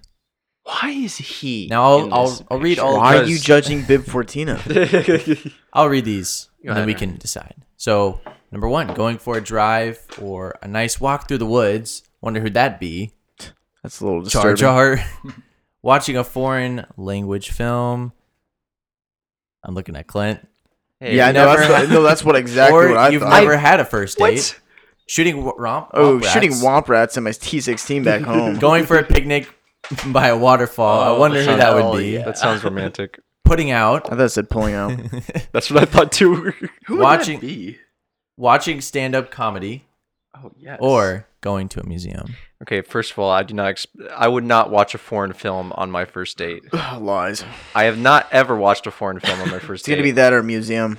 Speaker 3: Why is he?
Speaker 9: Now
Speaker 3: in
Speaker 9: I'll
Speaker 3: this
Speaker 9: I'll, I'll read all.
Speaker 11: Why are you
Speaker 9: because-
Speaker 11: judging Bib Fortina?
Speaker 9: I'll read these,
Speaker 3: Go
Speaker 9: and then
Speaker 3: ahead,
Speaker 9: we
Speaker 3: Aaron.
Speaker 9: can decide. So, number one, going for a drive or a nice walk through the woods. Wonder who'd that be?
Speaker 11: That's a little
Speaker 9: Jar
Speaker 11: disturbing.
Speaker 9: Jar. [laughs] Watching a foreign language film. I'm looking at Clint.
Speaker 10: Hey,
Speaker 11: Yeah, I know.
Speaker 9: never-
Speaker 11: That's what, no, that's what [laughs] exactly
Speaker 9: or
Speaker 11: what I
Speaker 9: you've
Speaker 11: thought.
Speaker 9: never had a first date. Shooting w- romp.
Speaker 11: oh,
Speaker 9: womp
Speaker 11: shooting
Speaker 9: rats.
Speaker 11: womp rats in my T16 [laughs] back home.
Speaker 9: Going for a picnic [laughs] by a waterfall. I wonder who that would be.
Speaker 10: That sounds romantic.
Speaker 9: Putting out.
Speaker 11: I thought it said pulling [laughs] out.
Speaker 10: That's what I thought too. [laughs]
Speaker 9: watching
Speaker 3: be?
Speaker 9: watching stand up comedy
Speaker 3: Oh yes.
Speaker 9: or going to a museum.
Speaker 10: okay, first of all, I do not. Ex- I would not watch a foreign film on my first date.
Speaker 11: Lies. It's
Speaker 10: I have not ever watched a foreign film [laughs] on my first date.
Speaker 11: gonna be that or museum.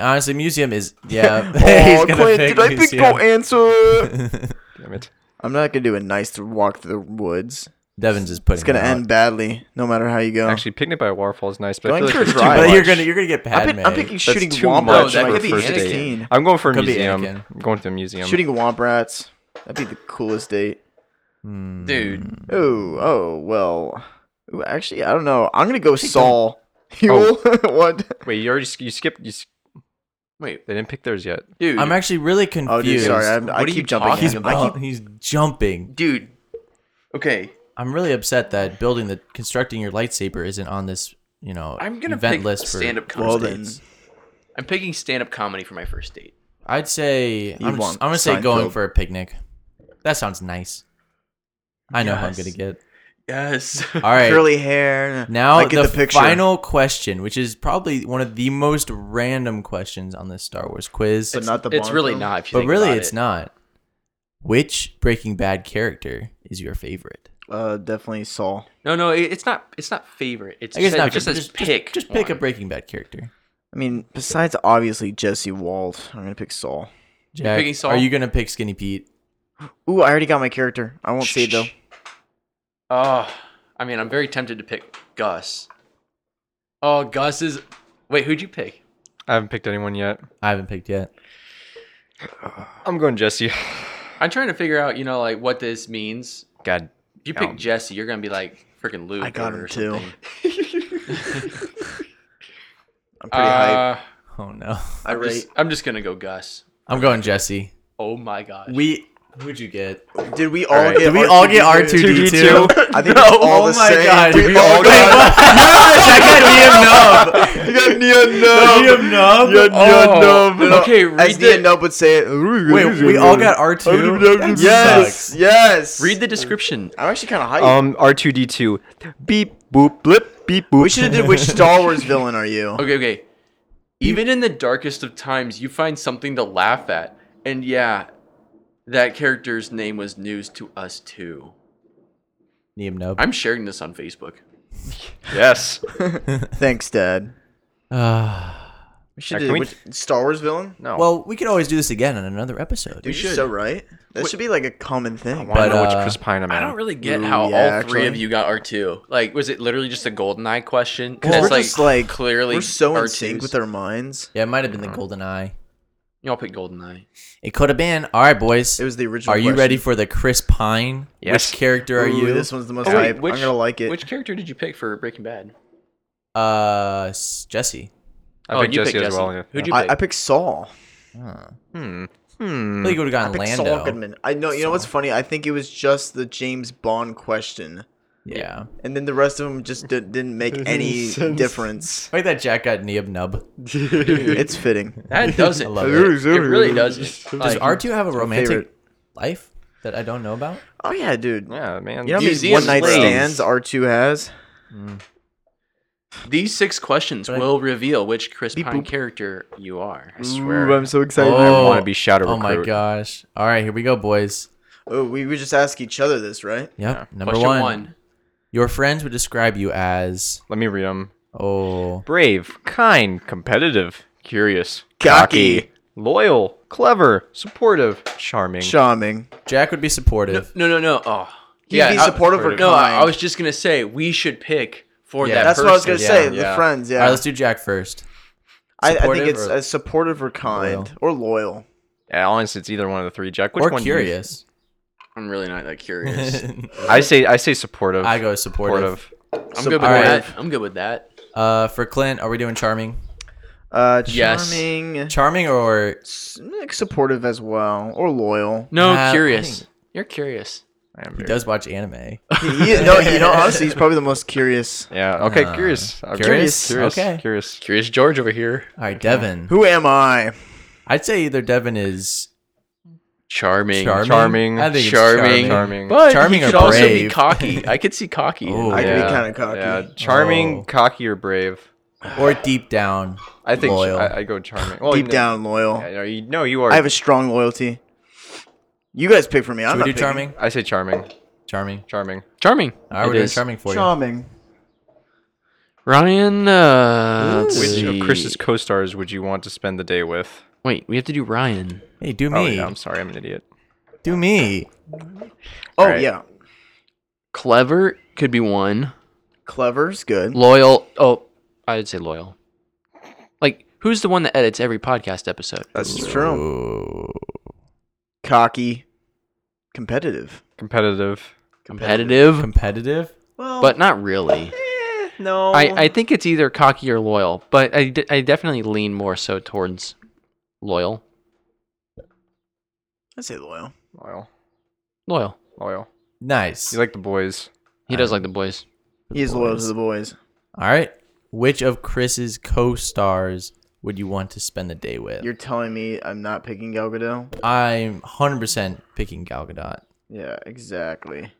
Speaker 9: Honestly, museum is yeah. [laughs]
Speaker 11: [laughs] Oh,
Speaker 9: he's gonna
Speaker 11: Clint,
Speaker 9: pick
Speaker 11: did I pick
Speaker 9: museum.
Speaker 11: no answer?
Speaker 10: Damn it.
Speaker 11: [laughs] I'm not gonna do a nice walk through the woods.
Speaker 9: Devins is putting.
Speaker 11: It's gonna
Speaker 9: it out.
Speaker 11: end badly, no matter how you go.
Speaker 10: Actually, picnic by a waterfall is nice, but
Speaker 11: Going
Speaker 10: I
Speaker 11: for
Speaker 10: feel
Speaker 11: a
Speaker 10: like it's too
Speaker 11: drive.
Speaker 9: But
Speaker 10: much.
Speaker 9: you're gonna you're gonna get
Speaker 11: I'm,
Speaker 9: bad.
Speaker 11: pick- I'm picking shooting
Speaker 10: too
Speaker 11: womp
Speaker 10: much
Speaker 11: rats.
Speaker 3: that
Speaker 11: in my
Speaker 3: could be
Speaker 11: first
Speaker 3: Anakin.
Speaker 11: date.
Speaker 10: I'm going for a
Speaker 9: Could be
Speaker 10: museum.
Speaker 9: Anakin.
Speaker 10: I'm going to a museum.
Speaker 11: Shooting womp rats. That'd be the coolest date.
Speaker 9: Hmm.
Speaker 3: dude.
Speaker 11: Oh, oh well. Ooh, actually, I don't know. I'm gonna go Saul. [laughs] You
Speaker 3: Oh.
Speaker 11: what?
Speaker 10: Wait, you already sk- you skipped. You s-
Speaker 3: Wait,
Speaker 10: they didn't pick theirs yet.
Speaker 3: [laughs] dude.
Speaker 9: I'm actually really
Speaker 11: Oh, dude,
Speaker 9: confused.
Speaker 11: sorry. I'm, I
Speaker 3: What are you
Speaker 11: keep jumping.
Speaker 3: talking
Speaker 11: in.
Speaker 3: about?
Speaker 11: I
Speaker 9: Oh,
Speaker 11: keep
Speaker 9: he's jumping.
Speaker 3: dude. Okay,
Speaker 9: I'm really upset that building the constructing your lightsaber isn't on this. You know,
Speaker 3: I'm gonna
Speaker 9: event
Speaker 3: pick
Speaker 9: list for
Speaker 3: stand-up
Speaker 9: first
Speaker 3: comedy.
Speaker 9: dates.
Speaker 11: Well,
Speaker 3: I'm picking stand-up comedy for my first date.
Speaker 9: I'd say I'm, just-
Speaker 11: want
Speaker 9: I'm gonna say going
Speaker 11: Seinfeld.
Speaker 9: for a picnic. That sounds nice. I know who I'm
Speaker 3: Yes.
Speaker 9: gonna get.
Speaker 3: Yes. [laughs]
Speaker 9: All right.
Speaker 11: curly hair.
Speaker 9: Now
Speaker 11: I get
Speaker 9: the,
Speaker 11: the, picture.
Speaker 9: final question, which is probably one of the most random questions on this Star Wars quiz,
Speaker 11: but not the.
Speaker 3: it's
Speaker 11: Bond
Speaker 3: really
Speaker 11: film.
Speaker 3: not. If you
Speaker 9: but
Speaker 3: think
Speaker 9: really
Speaker 3: about
Speaker 9: it's
Speaker 3: it.
Speaker 9: not. Which Breaking Bad character is your favorite?
Speaker 11: Uh, definitely Saul.
Speaker 3: No, no, it, it's not. It's not favorite. It's
Speaker 9: I guess
Speaker 3: just,
Speaker 9: not.
Speaker 3: it just says pick.
Speaker 9: Just, pick a
Speaker 3: one.
Speaker 9: Breaking Bad character.
Speaker 11: I mean, besides obviously Jesse Walt, I'm gonna pick Saul.
Speaker 9: Jack,
Speaker 3: picking Saul?
Speaker 9: Are you gonna pick Skinny Pete?
Speaker 11: Ooh, I already got my character. I won't say it though.
Speaker 3: Oh, I mean, I'm very tempted to pick Gus. Oh, Gus is. Wait, who'd you pick?
Speaker 10: I haven't picked anyone yet.
Speaker 9: I haven't picked yet.
Speaker 10: I'm going Jesse. [laughs]
Speaker 3: I'm trying to figure out, you know, like what this means.
Speaker 10: God,
Speaker 3: If you pick Jesse, you're gonna be like freaking Luke.
Speaker 11: I got
Speaker 3: or
Speaker 11: him too.
Speaker 3: something. [laughs]
Speaker 11: I'm pretty hyped.
Speaker 3: Uh,
Speaker 9: Oh no.
Speaker 11: I
Speaker 3: I'm
Speaker 11: rate.
Speaker 3: just, I'm just gonna go Gus.
Speaker 9: [laughs] I'm going Jesse.
Speaker 3: Oh my gosh.
Speaker 9: We who'd you get?
Speaker 11: Did we all get?
Speaker 9: Did we all get R
Speaker 11: R2D2?
Speaker 9: two D two?
Speaker 11: I think it's all
Speaker 9: oh
Speaker 11: the
Speaker 9: my
Speaker 11: same.
Speaker 9: God,
Speaker 11: We
Speaker 9: we
Speaker 11: all
Speaker 9: all
Speaker 11: got.
Speaker 9: I [laughs] got Liam Nub.
Speaker 11: [laughs] You got Neon Nub.
Speaker 9: Liam Nub.
Speaker 11: Neon Nub.
Speaker 3: Oh, okay,
Speaker 11: As
Speaker 3: read the-
Speaker 11: Neon Nub would say [laughs] it.
Speaker 9: Oh, Wait, we all got R two.
Speaker 11: Yes. Yes.
Speaker 3: Read the description.
Speaker 11: I'm actually kind of hyped.
Speaker 10: Um, R2D2. Beep, boop, blip, beep, boop.
Speaker 11: we should have did which Star Wars villain are you?
Speaker 3: Okay, okay. Even in the darkest of times, you find something to laugh at. And yeah, that character's name was news to us too.
Speaker 9: Liam Nub.
Speaker 3: I'm sharing this on Facebook.
Speaker 10: Yes.
Speaker 11: Thanks, Dad.
Speaker 9: Uh,
Speaker 11: We should
Speaker 10: Now,
Speaker 11: do
Speaker 10: can we-
Speaker 11: which Star Wars villain.
Speaker 10: No.
Speaker 9: well, we could always do this again on another episode.
Speaker 11: Dude, you're so right. That should be like a common thing.
Speaker 10: I don't
Speaker 9: but,
Speaker 10: know which
Speaker 9: uh,
Speaker 10: Chris Pine I'm
Speaker 3: I
Speaker 10: at.
Speaker 3: don't really get
Speaker 11: Ooh,
Speaker 3: how all
Speaker 11: yeah,
Speaker 3: three of
Speaker 11: actually.
Speaker 3: you got R2. Like, was it literally just a golden eye question?
Speaker 11: Because
Speaker 3: That's,
Speaker 11: we're just like
Speaker 3: clearly
Speaker 11: we're so in
Speaker 3: R2s.
Speaker 11: sync with our minds.
Speaker 9: Yeah, it might have been the Golden Eye.
Speaker 3: Y'all pick golden eye.
Speaker 9: It could have been. All right, boys.
Speaker 11: It was the original.
Speaker 9: Are you
Speaker 11: question.
Speaker 9: ready for the Chris Pine?
Speaker 10: Yes.
Speaker 9: Which character are
Speaker 11: Ooh,
Speaker 9: you?
Speaker 11: This one's the most
Speaker 3: Oh, wait,
Speaker 11: hype.
Speaker 3: which-
Speaker 11: I'm gonna like it.
Speaker 3: Which character did you pick for Breaking Bad?
Speaker 9: Uh, s- Jesse.
Speaker 10: I picked Jesse as well. Yeah.
Speaker 3: Who'd Oh, you
Speaker 11: I,
Speaker 3: pick?
Speaker 11: I picked Saul.
Speaker 10: Hmm.
Speaker 9: I
Speaker 10: Hmm.
Speaker 9: think you would have
Speaker 11: I
Speaker 9: gotten
Speaker 11: picked
Speaker 9: Lando.
Speaker 11: Saul Goodman. I know. You know what's funny? I think it was just the James Bond question,
Speaker 9: Yeah.
Speaker 11: and then the rest of them just did, didn't make any difference.
Speaker 9: I like that Jack got Neab Nub.
Speaker 11: it's fitting.
Speaker 3: that doesn't.
Speaker 11: [laughs]
Speaker 9: I love
Speaker 3: it.
Speaker 9: it.
Speaker 3: really doesn't.
Speaker 9: Does
Speaker 3: Like,
Speaker 9: R2 have a romantic
Speaker 11: favorite.
Speaker 9: life that I don't know about?
Speaker 11: Oh yeah, dude.
Speaker 10: Yeah, man.
Speaker 11: You know how many
Speaker 3: Museum
Speaker 11: one night
Speaker 3: slaves.
Speaker 11: stands R2 has?
Speaker 3: These six questions
Speaker 9: But I-
Speaker 3: will reveal which Chris
Speaker 11: Beep
Speaker 3: Pine
Speaker 11: boop.
Speaker 3: character you are.
Speaker 10: I swear.
Speaker 11: so excited.
Speaker 10: I want to be Shadow
Speaker 9: Oh my
Speaker 10: Recruit.
Speaker 9: gosh. All right, here we go, boys.
Speaker 11: Oh, we, we just ask each other this, right?
Speaker 9: Yep. Number
Speaker 3: Question
Speaker 9: one, Your friends would describe you as
Speaker 10: Let me read them.
Speaker 9: oh
Speaker 10: Brave, kind, competitive, curious,
Speaker 11: Cocky.
Speaker 10: loyal, clever, supportive, charming.
Speaker 11: Charming.
Speaker 9: Jack would be supportive.
Speaker 3: No, no, no. Oh,
Speaker 11: He'd be supportive or
Speaker 3: no, I, I
Speaker 11: kind.
Speaker 3: was just gonna say we should pick for
Speaker 9: Yeah,
Speaker 3: that.
Speaker 11: That's what I was
Speaker 3: person.
Speaker 11: gonna say.
Speaker 9: yeah,
Speaker 11: The friends, yeah.
Speaker 9: All right, let's do Jack first.
Speaker 11: I, I
Speaker 9: supportive
Speaker 11: think it's
Speaker 9: or-
Speaker 11: uh, supportive or kind or loyal.
Speaker 10: Yeah, honestly, it's either one of the three. Jack, which
Speaker 9: or
Speaker 10: one? do you-
Speaker 9: curious.
Speaker 3: I'm really not
Speaker 9: [laughs]
Speaker 3: that curious.
Speaker 10: I say I say supportive.
Speaker 9: I go supportive.
Speaker 3: I'm good with
Speaker 9: All right.
Speaker 3: that. I'm good with that.
Speaker 9: Uh, for Clint, are we doing charming?
Speaker 11: Uh,
Speaker 3: Yes.
Speaker 11: charming,
Speaker 9: Charming or
Speaker 11: s- like supportive as well, or loyal.
Speaker 3: No,
Speaker 9: Uh, I
Speaker 3: curious.
Speaker 9: think-
Speaker 3: You're curious.
Speaker 10: I am
Speaker 9: he
Speaker 10: very-
Speaker 9: does watch anime?
Speaker 11: He- he- no, you know, honestly, he's probably the most curious.
Speaker 10: Yeah. Okay. curious. I'm
Speaker 9: curious?
Speaker 10: Curious.
Speaker 9: Okay.
Speaker 10: Curious.
Speaker 3: Uh, Curious George over here.
Speaker 9: All right, Devin.
Speaker 11: Who am I?
Speaker 9: I'd say either Devin is
Speaker 3: Charming.
Speaker 9: charming.
Speaker 10: Charming.
Speaker 9: I think it's
Speaker 3: Charming.
Speaker 10: Charming. Oh,
Speaker 3: But
Speaker 9: Charming
Speaker 3: he could
Speaker 9: or
Speaker 3: also be
Speaker 9: brave.
Speaker 10: [laughs]
Speaker 3: cocky. I could see cocky. in
Speaker 9: Ooh.
Speaker 3: that.
Speaker 11: I could
Speaker 10: Yeah.
Speaker 11: be kind of cocky.
Speaker 10: Yeah. Charming,
Speaker 9: Oh.
Speaker 10: cocky, or brave.
Speaker 9: Or deep down.
Speaker 10: I think
Speaker 9: Loyal.
Speaker 10: I, I go charming. Well,
Speaker 11: Deep
Speaker 10: you-
Speaker 11: down, loyal.
Speaker 10: Yeah, no, you, no, you are.
Speaker 11: I
Speaker 10: I,
Speaker 11: have a strong loyalty. You guys pick for me. I'm
Speaker 9: Should we
Speaker 11: not
Speaker 9: do
Speaker 11: picking.
Speaker 9: charming?
Speaker 10: say charming.
Speaker 9: Charming.
Speaker 10: Charming.
Speaker 3: Charming.
Speaker 9: All right, we're
Speaker 3: It
Speaker 9: doing
Speaker 3: is.
Speaker 9: charming for you.
Speaker 11: Charming.
Speaker 3: Ryan. Uh, let's
Speaker 10: Which
Speaker 3: see.
Speaker 10: of Chris's co-stars would you want to spend the day with?
Speaker 3: Wait, we have to do Ryan.
Speaker 9: Hey, do
Speaker 10: Oh,
Speaker 9: me.
Speaker 10: yeah, I'm sorry, I'm an idiot.
Speaker 9: do me.
Speaker 11: Oh
Speaker 10: Alright.
Speaker 11: yeah,
Speaker 3: Clever could be one.
Speaker 11: clever's good.
Speaker 3: Loyal. Oh, I'd say loyal. Like, who's the one that edits every podcast episode?
Speaker 11: That's true. Cocky, competitive.
Speaker 10: Competitive.
Speaker 3: Competitive,
Speaker 9: Competitive.
Speaker 11: Well,
Speaker 3: but not really.
Speaker 10: No.
Speaker 3: I, I think it's either cocky or loyal, but I, de- I definitely lean more so towards loyal.
Speaker 11: I say loyal.
Speaker 10: loyal.
Speaker 3: Loyal.
Speaker 10: Loyal.
Speaker 9: Nice.
Speaker 10: You like the boys.
Speaker 3: He does like the boys.
Speaker 11: He is loyal to the boys.
Speaker 9: All right. Which of Chris's co-stars would you want to spend the day with?
Speaker 11: You're telling me I'm not picking Gal Gadot?
Speaker 9: I'm 100% picking Gal Gadot.
Speaker 11: Yeah, exactly.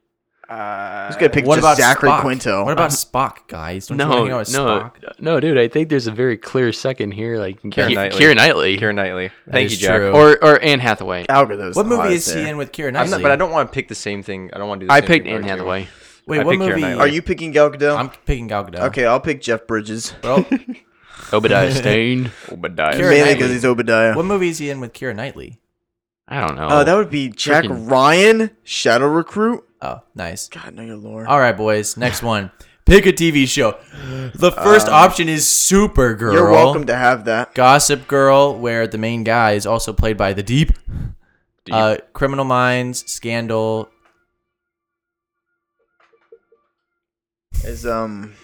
Speaker 11: Uh, He's gonna pick
Speaker 9: What
Speaker 11: just
Speaker 9: about
Speaker 11: Zachary
Speaker 9: Spock?
Speaker 11: Quinto.
Speaker 9: What about Spock, guys? Don't you want to
Speaker 3: No,
Speaker 9: hang out
Speaker 3: no,
Speaker 9: with Spock?
Speaker 3: no, dude. I think there's a very clear second here, like Keira
Speaker 10: Knightley.
Speaker 3: Keira Knightley,
Speaker 10: Keira Knightley. Thank
Speaker 9: is
Speaker 10: you, Jack.
Speaker 9: true.
Speaker 3: or or Anne Hathaway.
Speaker 11: Gal Gadot's
Speaker 9: What
Speaker 11: the
Speaker 9: movie
Speaker 11: hottest
Speaker 9: is he
Speaker 11: there.
Speaker 9: in with Kieran
Speaker 10: I'm
Speaker 9: Knightley?
Speaker 10: not, but I don't want to pick the same thing. I don't want to do. The
Speaker 3: I
Speaker 10: same
Speaker 3: picked
Speaker 10: thing
Speaker 3: Anne
Speaker 10: for
Speaker 9: [laughs]
Speaker 10: you.
Speaker 3: Hathaway.
Speaker 9: Wait,
Speaker 10: I
Speaker 9: what
Speaker 10: picked Keira
Speaker 9: movie?
Speaker 10: Knightley.
Speaker 11: Are you picking Gal Gadot?
Speaker 9: I'm picking Gal Gadot.
Speaker 11: okay, I'll pick Jeff Bridges. [laughs]
Speaker 9: Bro,
Speaker 3: [laughs] Obadiah Stane.
Speaker 10: Obadiah.
Speaker 9: Keira
Speaker 11: Mainly
Speaker 9: Knightley.
Speaker 11: because he's Obadiah.
Speaker 9: what movie is he in with Kieran Knightley?
Speaker 3: I don't know.
Speaker 11: Oh, that would be Jack
Speaker 3: Freaking-
Speaker 11: Ryan, Shadow Recruit.
Speaker 9: Oh, nice.
Speaker 11: God, no, your lord.
Speaker 9: All right, boys. Next one. Pick a TV show. The first option is Supergirl.
Speaker 11: Uh, You're welcome to have that.
Speaker 9: Gossip Girl, where the main guy is also played by the Deep. Uh, Criminal Minds, Scandal.
Speaker 11: Is um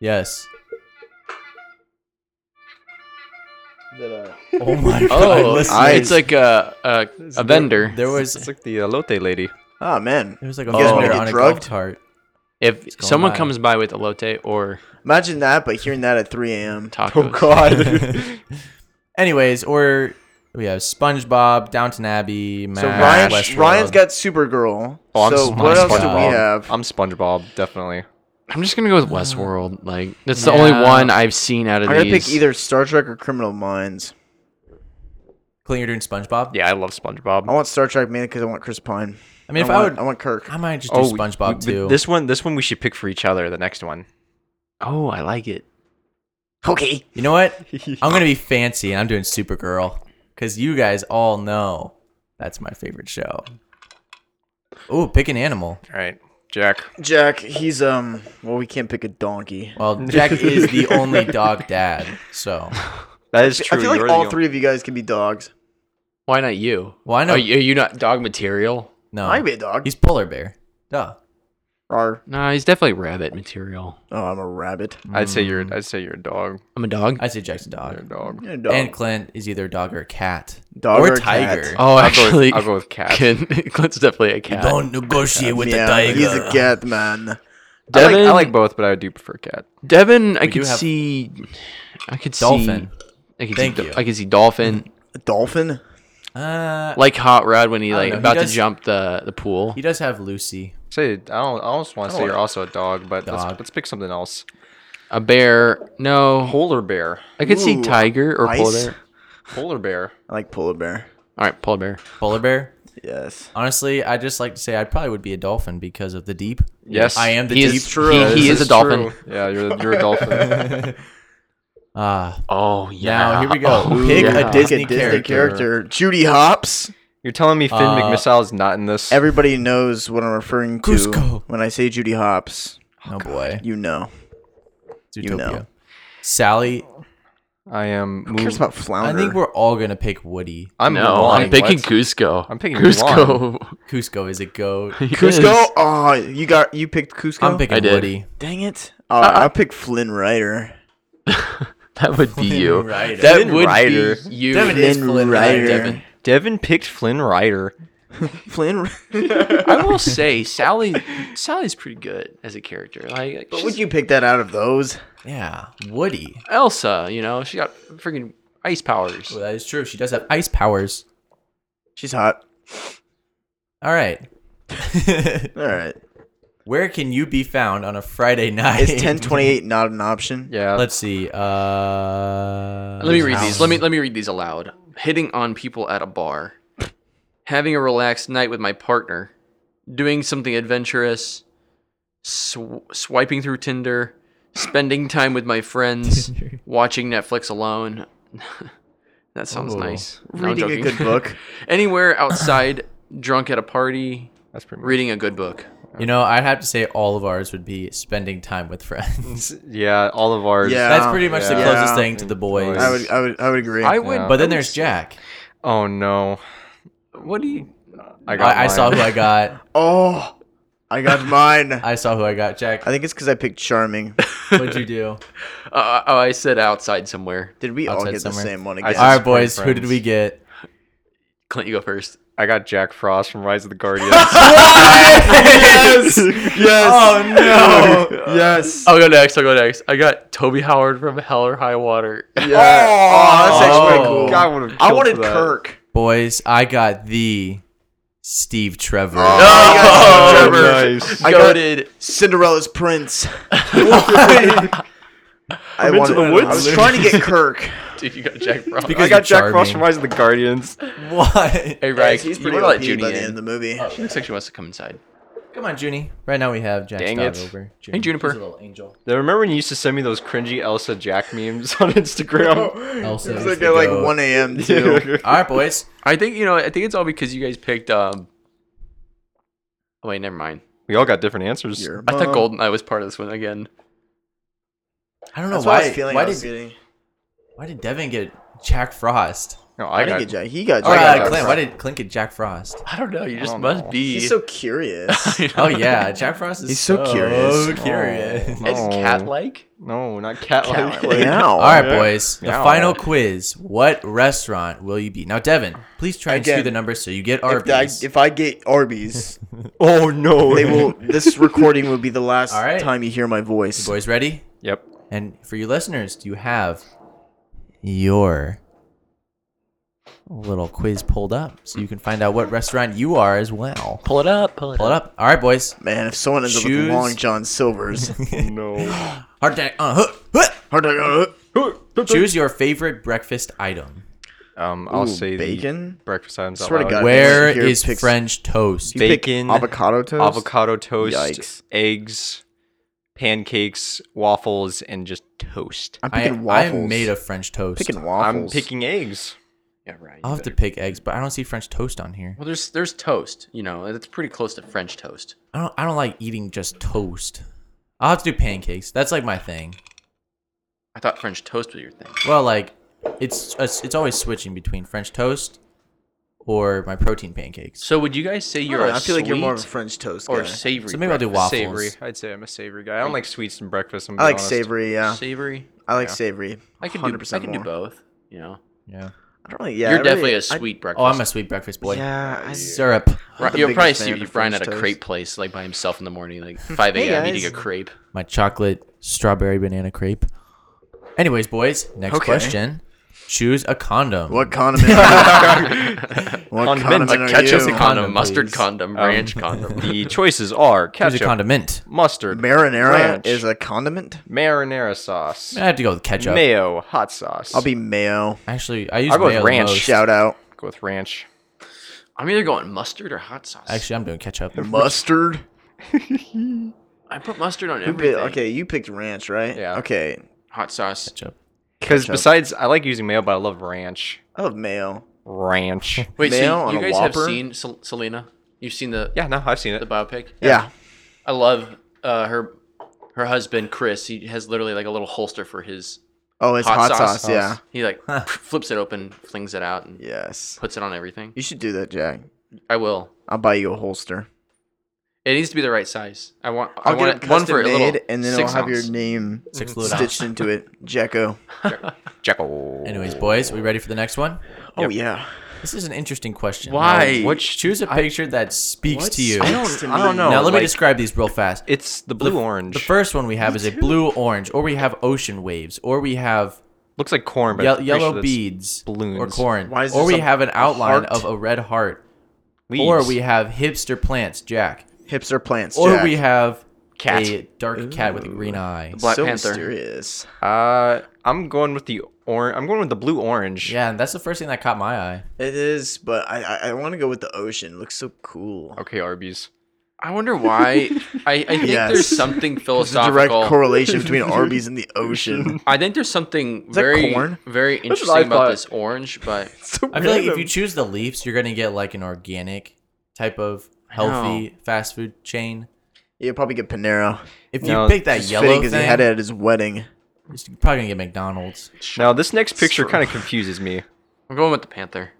Speaker 9: Yes.
Speaker 11: that, uh,
Speaker 9: [laughs] Oh my god!
Speaker 3: oh,
Speaker 9: listen.
Speaker 11: I-
Speaker 3: it's like a a, a vendor.
Speaker 9: there was
Speaker 10: It's like the uh, Lotte lady.
Speaker 11: oh man.
Speaker 9: there was like a
Speaker 11: You guys wanna
Speaker 9: vendor on
Speaker 11: get
Speaker 9: a golf
Speaker 11: drugged?
Speaker 9: cart.
Speaker 3: if
Speaker 9: going
Speaker 3: someone
Speaker 9: by.
Speaker 3: comes by with elote or
Speaker 11: Imagine that, but hearing that at 3 a.m.
Speaker 3: Tacos.
Speaker 11: [laughs] God.
Speaker 9: Anyways, or we have SpongeBob, Downton Abbey, Mash,
Speaker 11: so Ryan,
Speaker 9: Westworld.
Speaker 11: Ryan's got Supergirl.
Speaker 10: Oh, I'm
Speaker 11: so
Speaker 10: Sp-
Speaker 11: what
Speaker 10: I'm
Speaker 11: else do
Speaker 10: SpongeBob.
Speaker 11: we have?
Speaker 10: I'm SpongeBob, definitely.
Speaker 3: I'm just gonna go with Westworld. Like that's the only
Speaker 9: Yeah.
Speaker 3: one I've seen out of
Speaker 11: I'm gonna
Speaker 3: these.
Speaker 11: pick either Star Trek or Criminal Minds.
Speaker 9: Clint, you're doing SpongeBob.
Speaker 10: Yeah, I love SpongeBob.
Speaker 11: I want Star Trek mainly because I want Chris Pine.
Speaker 9: I mean, if
Speaker 11: I,
Speaker 9: I
Speaker 11: want,
Speaker 9: would,
Speaker 11: I want Kirk.
Speaker 9: I might just do
Speaker 10: Oh, we-
Speaker 9: SpongeBob
Speaker 10: we-
Speaker 9: too.
Speaker 10: This one, this one, we should pick for each other. The next one.
Speaker 3: oh, I like it.
Speaker 11: Okay.
Speaker 9: you know
Speaker 11: [laughs]
Speaker 9: what? I'm gonna be fancy and I'm doing Supergirl because you guys all know that's my favorite show. Ooh, pick an animal.
Speaker 10: All right, Jack.
Speaker 11: Jack, he's um. Well, we can't pick a donkey.
Speaker 9: Well, Jack is the only dog dad, so
Speaker 10: That is true.
Speaker 11: I feel
Speaker 10: You're
Speaker 11: like
Speaker 10: the
Speaker 11: all
Speaker 10: on-
Speaker 11: three of you guys can be dogs.
Speaker 3: Why not you?
Speaker 9: Why not-
Speaker 3: Are you, are you not dog material?
Speaker 9: no.
Speaker 11: I can be a dog.
Speaker 9: Oh. He's polar bear. Duh.
Speaker 11: Rawr.
Speaker 3: Nah, he's definitely rabbit material.
Speaker 11: Oh, I'm a rabbit.
Speaker 10: I'd say you're. I'd say you're a dog.
Speaker 3: I'm a dog.
Speaker 9: I say Jack's a dog.
Speaker 10: You're a dog.
Speaker 11: Yeah, dog.
Speaker 9: And Clint is either a dog or a cat.
Speaker 11: Dog
Speaker 9: or,
Speaker 11: or a
Speaker 9: tiger. Oh,
Speaker 11: cat.
Speaker 3: oh,
Speaker 10: I'll go with-
Speaker 3: actually,
Speaker 10: I'll
Speaker 3: [laughs]
Speaker 10: go with cat.
Speaker 3: Ken- Clint's definitely a cat.
Speaker 9: Don't negotiate with
Speaker 11: yeah,
Speaker 9: the tiger.
Speaker 11: he's a cat man.
Speaker 10: I like, I
Speaker 3: Devin-
Speaker 10: like both, but I do prefer cat.
Speaker 3: Devin, I could
Speaker 9: have-
Speaker 3: see. I could
Speaker 9: Dolphin.
Speaker 3: see. I could
Speaker 9: Thank
Speaker 3: see,
Speaker 9: you.
Speaker 3: I could see dolphin
Speaker 11: A dolphin.
Speaker 9: Uh,
Speaker 3: like hot rod when he like
Speaker 9: know, he
Speaker 3: about
Speaker 9: does-
Speaker 3: to jump the the pool.
Speaker 9: he does have Lucy.
Speaker 10: Say, I don't. I almost want to say you're also a dog, but
Speaker 9: Dog.
Speaker 10: let's let's pick something else.
Speaker 3: A bear? No.
Speaker 10: Polar bear.
Speaker 3: I could see
Speaker 11: Ooh,
Speaker 3: tiger or
Speaker 11: ice?
Speaker 3: polar bear.
Speaker 10: Polar bear.
Speaker 11: I like polar bear.
Speaker 3: All right, polar bear.
Speaker 9: Polar bear.
Speaker 11: Yes.
Speaker 9: Honestly, I just like to say I probably would be a dolphin because of the deep.
Speaker 10: Yes.
Speaker 9: I am the
Speaker 3: He
Speaker 9: deep.
Speaker 3: is true. He, he is a dolphin.
Speaker 10: [laughs] Yeah, you're, you're a dolphin.
Speaker 9: Ah,
Speaker 3: Oh yeah.
Speaker 9: now here we go.
Speaker 3: Oh,
Speaker 9: Pick
Speaker 3: yeah.
Speaker 9: a Disney,
Speaker 11: Disney
Speaker 9: character.
Speaker 11: character. Judy Hopps.
Speaker 10: You're telling me Finn
Speaker 9: Uh,
Speaker 10: McMissile's not in this?
Speaker 11: Everybody knows what I'm referring to
Speaker 9: Cusco.
Speaker 11: when I say Judy Hopps.
Speaker 9: Oh boy,
Speaker 11: You know.
Speaker 9: it's
Speaker 11: you know.
Speaker 9: Utopia. Sally,
Speaker 10: I am.
Speaker 11: Who cares
Speaker 10: Mu-
Speaker 11: about flounder?
Speaker 9: I think we're all gonna pick Woody.
Speaker 10: I'm
Speaker 3: No,
Speaker 10: Mulan.
Speaker 3: I'm picking
Speaker 10: What?
Speaker 3: Cusco.
Speaker 10: I'm picking
Speaker 3: Cusco. [laughs]
Speaker 9: Cusco is a goat.
Speaker 11: Cusco. Oh, you got you picked Cusco.
Speaker 9: I'm picking
Speaker 3: I did.
Speaker 9: Woody.
Speaker 11: Dang it! Oh, I picked Flynn Rider.
Speaker 3: That would be you.
Speaker 9: Rider.
Speaker 3: That
Speaker 10: Flynn
Speaker 3: would
Speaker 10: Rider.
Speaker 3: be you.
Speaker 9: Devin is Flynn Rider.
Speaker 3: Devin.
Speaker 10: Devin picked Flynn Rider.
Speaker 11: Flynn.
Speaker 3: I will say Sally. Sally's pretty good as a charrider. Like, like
Speaker 11: But
Speaker 3: she's
Speaker 11: would you pick that out of those?
Speaker 9: Yeah, Woody.
Speaker 3: Elsa, you know, she got freaking ice powers.
Speaker 9: Well, that is true. She does have ice powers.
Speaker 11: She's hot.
Speaker 9: All right. [laughs]
Speaker 11: All right.
Speaker 9: Where can you be found on a Friday night? [laughs]
Speaker 11: Is ten twenty eight not an option?
Speaker 10: Yeah.
Speaker 9: Let's see. Uh,
Speaker 3: Let me read these. Let me let me read these aloud. Hitting on people at a bar, having a relaxed night with my partner, doing something adventurous, sw- swiping through Tinder, spending time with my friends, watching Netflix alone. [laughs] that sounds
Speaker 9: Oh.
Speaker 3: nice. No, I'm
Speaker 11: Reading a
Speaker 3: joking.
Speaker 11: good book.
Speaker 3: [laughs] Anywhere outside, drunk at a party,
Speaker 10: That's pretty. Much.
Speaker 3: reading a good book.
Speaker 9: You know, I'd have to say all of ours would be spending time with [laughs] friends.
Speaker 10: Yeah, all of ours.
Speaker 11: Yeah.
Speaker 9: That's pretty much the
Speaker 11: yeah.
Speaker 9: closest thing to the boys.
Speaker 11: I would. I would. I would agree.
Speaker 3: I would.
Speaker 9: but then there's Jack.
Speaker 10: Oh no.
Speaker 3: What do you?
Speaker 10: I got.
Speaker 9: I, I saw
Speaker 10: mine.
Speaker 9: who I got.
Speaker 11: oh, I got mine. I
Speaker 9: I saw who I got.
Speaker 11: [laughs]
Speaker 9: Jack,
Speaker 11: think it's because I picked charming.
Speaker 9: what'd you do?
Speaker 3: Uh, oh, I said outside somewhere.
Speaker 11: Did we all
Speaker 9: Outside
Speaker 11: get
Speaker 9: somewhere.
Speaker 11: the same one
Speaker 10: I
Speaker 11: again?
Speaker 10: just-
Speaker 9: All right, boys. Who
Speaker 10: friends.
Speaker 9: did we get?
Speaker 3: Clint, you go first.
Speaker 10: I got Jack Frost from Rise of the Guardians.
Speaker 11: [laughs] yes. yes. Oh no. yes.
Speaker 3: I'll go next. I'll go next. I got Toby Howard from Hell or High Water. [laughs]
Speaker 11: Yeah. Oh, that's actually pretty
Speaker 9: Oh.
Speaker 11: cool.
Speaker 10: God would have.
Speaker 11: I wanted Kirk.
Speaker 9: [laughs] Boys, I got the Steve Trevor.
Speaker 11: Oh,
Speaker 3: Trevor.
Speaker 10: nice.
Speaker 11: I got
Speaker 3: Goated.
Speaker 11: Cinderella's prince. I,
Speaker 10: into
Speaker 11: wanted,
Speaker 10: the woods.
Speaker 11: I was trying to get Kirk.
Speaker 3: Dude, you got Jack Frost.
Speaker 9: Because
Speaker 10: I got
Speaker 9: you're
Speaker 10: Jack Frost from
Speaker 9: charming.
Speaker 10: Rise of the Guardians.
Speaker 9: [laughs] What?
Speaker 3: hey, Reich,
Speaker 11: he's
Speaker 3: you
Speaker 11: pretty
Speaker 3: wanna let
Speaker 11: OP
Speaker 3: Judy
Speaker 11: by the
Speaker 3: in.
Speaker 11: end of the movie.
Speaker 3: She looks like she wants to come inside.
Speaker 9: Come on, Junie. Right now we have Jack's
Speaker 10: Dang
Speaker 9: dog
Speaker 10: it.
Speaker 9: over.
Speaker 3: Hey, Juniper.
Speaker 9: She's a little angel.
Speaker 10: Now, remember when you used to send me those cringy Elsa Jack memes [laughs] on Instagram?
Speaker 9: Elsa
Speaker 11: It's
Speaker 9: is
Speaker 11: like
Speaker 9: the
Speaker 11: at like
Speaker 9: goat.
Speaker 11: 1 a.m. too.
Speaker 9: All right, boys.
Speaker 3: I think you know. I think it's all because you guys picked. um Oh wait, never mind.
Speaker 10: we all got different answers.
Speaker 11: Your
Speaker 3: I thought
Speaker 11: mom.
Speaker 3: Goldeneye was part of this one again.
Speaker 9: I don't know
Speaker 11: That's why,
Speaker 9: why.
Speaker 11: I was feeling.
Speaker 9: why
Speaker 11: I was
Speaker 9: did
Speaker 11: getting.
Speaker 9: why did Devin get Jack Frost?
Speaker 10: No,
Speaker 11: I
Speaker 10: I
Speaker 11: didn't
Speaker 10: got.
Speaker 11: get Jack. He got
Speaker 9: Or uh,
Speaker 11: Jack. Oh, Jack
Speaker 9: Clint,
Speaker 11: Frost.
Speaker 9: why did Clint get Jack Frost?
Speaker 3: I don't know. You just
Speaker 10: don't
Speaker 3: must
Speaker 10: know.
Speaker 3: be. [laughs]
Speaker 11: He's so curious.
Speaker 9: Oh yeah, Jack Frost is
Speaker 11: He's so curious.
Speaker 9: So [laughs] curious.
Speaker 10: Oh.
Speaker 3: It's cat-like.
Speaker 10: No, not cat.
Speaker 11: Cat-
Speaker 10: like-
Speaker 11: Now.
Speaker 9: All right, boys. The
Speaker 10: Yeah.
Speaker 9: final quiz: What restaurant will you be? Now, Devin, please try and
Speaker 11: Again,
Speaker 9: skew the numbers so you get
Speaker 11: If I,
Speaker 9: Arby's.
Speaker 11: if I get Arby's,
Speaker 10: Oh no.
Speaker 11: they will. This recording will be the last
Speaker 9: All right.
Speaker 11: time you hear my voice.
Speaker 9: boys, ready?
Speaker 10: Yep.
Speaker 9: And for you listeners, do you have your little quiz pulled up so you can find out what restaurant you are as well?
Speaker 3: Pull it up. Pull it
Speaker 9: Pull it up. All right, boys.
Speaker 11: Man, if someone ends up
Speaker 9: Shoes.
Speaker 11: with Long John Silver's, [laughs]
Speaker 10: No.
Speaker 9: Hard attack. Uh, huh, huh.
Speaker 11: Hard to- uh,
Speaker 9: Choose your favorite breakfast item.
Speaker 10: Um, I'll
Speaker 11: Ooh,
Speaker 10: say the
Speaker 11: bacon?
Speaker 10: breakfast items. out
Speaker 11: Swear to
Speaker 10: loud.
Speaker 11: God.
Speaker 9: Where
Speaker 11: here
Speaker 9: is
Speaker 11: picks-
Speaker 9: French toast?
Speaker 11: you pick
Speaker 10: Bacon,
Speaker 11: avocado toast,
Speaker 10: avocado toast,
Speaker 11: Yikes.
Speaker 10: eggs, pancakes, waffles, and just toast.
Speaker 11: I'm
Speaker 9: I,
Speaker 11: picking waffles.
Speaker 9: I made a French toast.
Speaker 11: picking waffles.
Speaker 10: I'm picking eggs.
Speaker 3: Yeah, right.
Speaker 9: I'll have to pick eggs, but I don't see French toast on here.
Speaker 3: Well, there's there's toast. You know, it's pretty close to French toast.
Speaker 9: I don't. I don't like eating just toast. I'll have to do pancakes. That's like my thing.
Speaker 3: I thought French toast was your thing.
Speaker 9: Well, like it's it's it's always switching between French toast or my protein pancakes.
Speaker 3: So would you guys say you're?
Speaker 11: I
Speaker 3: a
Speaker 11: don't know, I feel like you're more of a
Speaker 3: sweet
Speaker 11: French toast
Speaker 3: or
Speaker 11: guy.
Speaker 3: savory.
Speaker 9: So maybe I'll do waffles.
Speaker 10: Savory. I'd say I'm a savory guy. I don't like sweets in breakfast. I'm
Speaker 11: I like savory. Yeah,
Speaker 3: Savory.
Speaker 11: I like savory.
Speaker 3: I can do.
Speaker 11: 100%
Speaker 3: I can do
Speaker 11: more.
Speaker 3: both. You know,
Speaker 9: Yeah.
Speaker 11: I don't really. Yeah,
Speaker 3: you're
Speaker 11: I really-
Speaker 3: definitely
Speaker 11: I-
Speaker 3: a sweet breakfast.
Speaker 9: Oh, I'm a sweet breakfast boy.
Speaker 11: Yeah, I,
Speaker 9: Syrup.
Speaker 3: Ri-
Speaker 11: the
Speaker 3: You'll
Speaker 11: biggest
Speaker 3: probably
Speaker 11: fan
Speaker 3: see
Speaker 11: of
Speaker 3: Brian at a
Speaker 11: French toast.
Speaker 3: crepe place, like by himself in the morning, like [laughs] 5
Speaker 11: Hey,
Speaker 3: a.m.
Speaker 11: guys.
Speaker 3: eating a crepe.
Speaker 9: My chocolate strawberry banana crepe. Anyways, boys. Next
Speaker 11: Okay.
Speaker 9: question. Choose a condom.
Speaker 11: what condiment? Are you? what
Speaker 10: Condiment,
Speaker 11: condiment
Speaker 10: like
Speaker 11: are
Speaker 3: Ketchup
Speaker 11: you?
Speaker 3: condom,
Speaker 9: Condom,
Speaker 3: mustard
Speaker 9: please.
Speaker 3: condom,
Speaker 11: Um,
Speaker 3: ranch
Speaker 11: [laughs]
Speaker 3: condom.
Speaker 10: The choices are
Speaker 9: Choose a
Speaker 10: ketchup,
Speaker 9: condiment.
Speaker 10: mustard,
Speaker 11: Marinara
Speaker 10: ranch,
Speaker 11: is a condiment.
Speaker 10: marinara sauce,
Speaker 9: I have to go with ketchup.
Speaker 10: mayo, hot sauce.
Speaker 11: I'll be mayo.
Speaker 9: Actually, I use
Speaker 10: I'll go with
Speaker 9: mayo the
Speaker 10: ranch.
Speaker 9: most.
Speaker 11: Shout out.
Speaker 10: go with ranch.
Speaker 3: I'm either going mustard or hot sauce.
Speaker 9: Actually, I'm doing ketchup.
Speaker 10: Mm-hmm.
Speaker 11: Mustard.
Speaker 3: I put mustard on
Speaker 11: You pick,
Speaker 3: everything.
Speaker 11: okay, you picked ranch, right?
Speaker 10: Yeah.
Speaker 11: Okay.
Speaker 3: Hot sauce.
Speaker 9: Ketchup.
Speaker 10: Because besides, I like using mayo, but I love ranch.
Speaker 11: I love mayo.
Speaker 9: [laughs]
Speaker 10: Ranch.
Speaker 3: Wait, so
Speaker 11: Mayo
Speaker 3: you-
Speaker 11: on
Speaker 3: you
Speaker 11: a
Speaker 3: guys have
Speaker 11: Whopper?
Speaker 3: seen Sel- Selena? You've seen the
Speaker 10: Yeah, no, I've seen
Speaker 3: the
Speaker 10: it.
Speaker 3: biopic?
Speaker 11: Yeah.
Speaker 3: I love uh, her her husband Chris. He has literally like a little holster for his
Speaker 11: Oh, it's hot, sauce. Yeah.
Speaker 3: He like [laughs] flips it open, flings it out, and
Speaker 11: Yes.
Speaker 3: puts it on everything.
Speaker 11: You should do that, Jack.
Speaker 3: I will.
Speaker 11: I'll buy you a holster.
Speaker 3: It needs to be the right size. I want. i
Speaker 11: I'll get
Speaker 3: want
Speaker 11: it
Speaker 3: one
Speaker 11: custom
Speaker 3: for a little
Speaker 11: made, and then
Speaker 3: six
Speaker 11: I'll have
Speaker 3: ounce.
Speaker 11: your name
Speaker 9: Six little
Speaker 11: stitched into it, Jacko.
Speaker 10: Jekyll.
Speaker 9: Anyways, boys, we ready for the next one?
Speaker 11: Oh yeah.
Speaker 9: This is an interesting question.
Speaker 3: Why?
Speaker 9: Now, Which choose a picture that speaks to you.
Speaker 11: I
Speaker 10: don't- I don't know.
Speaker 9: now let me
Speaker 10: like-
Speaker 9: describe these real fast.
Speaker 10: It's the blue orange.
Speaker 9: The first one we have is a blue orange, or we have ocean waves, or we have
Speaker 10: Looks like corn, but
Speaker 9: ye-
Speaker 10: I'm pretty
Speaker 9: yellow
Speaker 10: sure that's
Speaker 9: beads
Speaker 10: balloons.
Speaker 9: or corn,
Speaker 11: Why is
Speaker 9: or
Speaker 11: this
Speaker 9: we
Speaker 11: a
Speaker 9: have an outline
Speaker 11: heart?
Speaker 9: of a red heart,
Speaker 10: leaves.
Speaker 9: or we have hipster plants, Jack,
Speaker 11: Hipster plants.
Speaker 9: or
Speaker 11: Jack.
Speaker 9: we have
Speaker 3: Cat.
Speaker 9: a dark cat with a green eye.
Speaker 3: Black
Speaker 11: so
Speaker 3: Panther.
Speaker 11: mysterious.
Speaker 10: Uh, I'm going with the orange. I'm going with the blue orange.
Speaker 9: Yeah, and that's the first thing that caught my eye.
Speaker 11: It is, but I I, I want to go with the ocean. Looks so cool.
Speaker 10: Okay, Arby's.
Speaker 3: I wonder [laughs] why. I, I think
Speaker 11: Yes.
Speaker 3: there's something
Speaker 11: There's a direct
Speaker 3: philosophical.
Speaker 11: correlation between Arby's and the
Speaker 3: [laughs]
Speaker 11: ocean.
Speaker 3: I think there's something
Speaker 11: that
Speaker 3: very
Speaker 11: corn?
Speaker 3: very
Speaker 10: what I
Speaker 3: interesting about
Speaker 10: thought.
Speaker 3: this orange, but
Speaker 11: so
Speaker 9: I feel like if you choose the leaves, you're gonna get like an organic type of healthy fast food chain.
Speaker 11: you probably get Panera.
Speaker 9: If
Speaker 10: No,
Speaker 9: you pick that
Speaker 11: It's
Speaker 9: yellow thing,
Speaker 11: because he had it at his wedding.
Speaker 9: you're probably gonna get McDonald's.
Speaker 10: Now this next picture kind of confuses me.
Speaker 3: I'm going with the panther.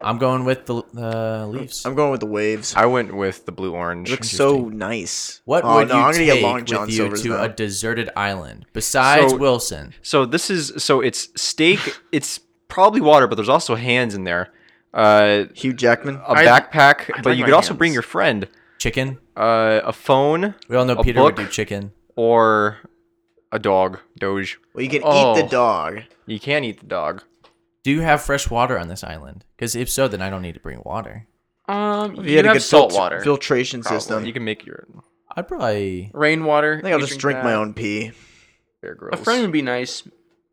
Speaker 9: I'm going with the uh, leaves.
Speaker 11: I'm going with the waves.
Speaker 10: I went with the blue orange.
Speaker 11: Looks so nice.
Speaker 9: What
Speaker 11: Oh,
Speaker 9: would
Speaker 11: no,
Speaker 9: you
Speaker 11: I'm gonna
Speaker 9: take
Speaker 11: get Long John
Speaker 9: with you
Speaker 11: Silver's
Speaker 9: to
Speaker 11: now.
Speaker 9: a deserted island besides
Speaker 10: So-
Speaker 9: Wilson?
Speaker 10: So this is so it's steak. it's probably water, but there's also hands in there. Uh,
Speaker 11: Hugh Jackman.
Speaker 10: a
Speaker 3: I'd-
Speaker 10: backpack,
Speaker 3: I'd
Speaker 10: but
Speaker 3: like
Speaker 10: you
Speaker 3: my
Speaker 10: could also bring
Speaker 3: hands.
Speaker 10: your friend.
Speaker 9: Chicken.
Speaker 10: Uh, a phone
Speaker 9: We all know
Speaker 10: A
Speaker 9: Peter would
Speaker 10: book?
Speaker 9: do chicken.
Speaker 10: or a dog. Doge.
Speaker 11: Well, you can eat
Speaker 3: Oh.
Speaker 11: the dog.
Speaker 10: You can eat the dog.
Speaker 9: Do you have fresh water on this island? Because if so, then I don't need to bring water.
Speaker 3: Um, you,
Speaker 11: If had a
Speaker 3: have
Speaker 11: good
Speaker 3: salt
Speaker 11: filter-
Speaker 3: water,
Speaker 11: filtration
Speaker 10: Probably.
Speaker 11: system.
Speaker 10: Oh, You can make your
Speaker 9: I'd probably.
Speaker 3: rainwater.
Speaker 11: I think I'll
Speaker 3: you
Speaker 11: just drink my
Speaker 3: that.
Speaker 11: own pee.
Speaker 10: Bear
Speaker 3: A
Speaker 10: Grylls.
Speaker 3: friend would be nice.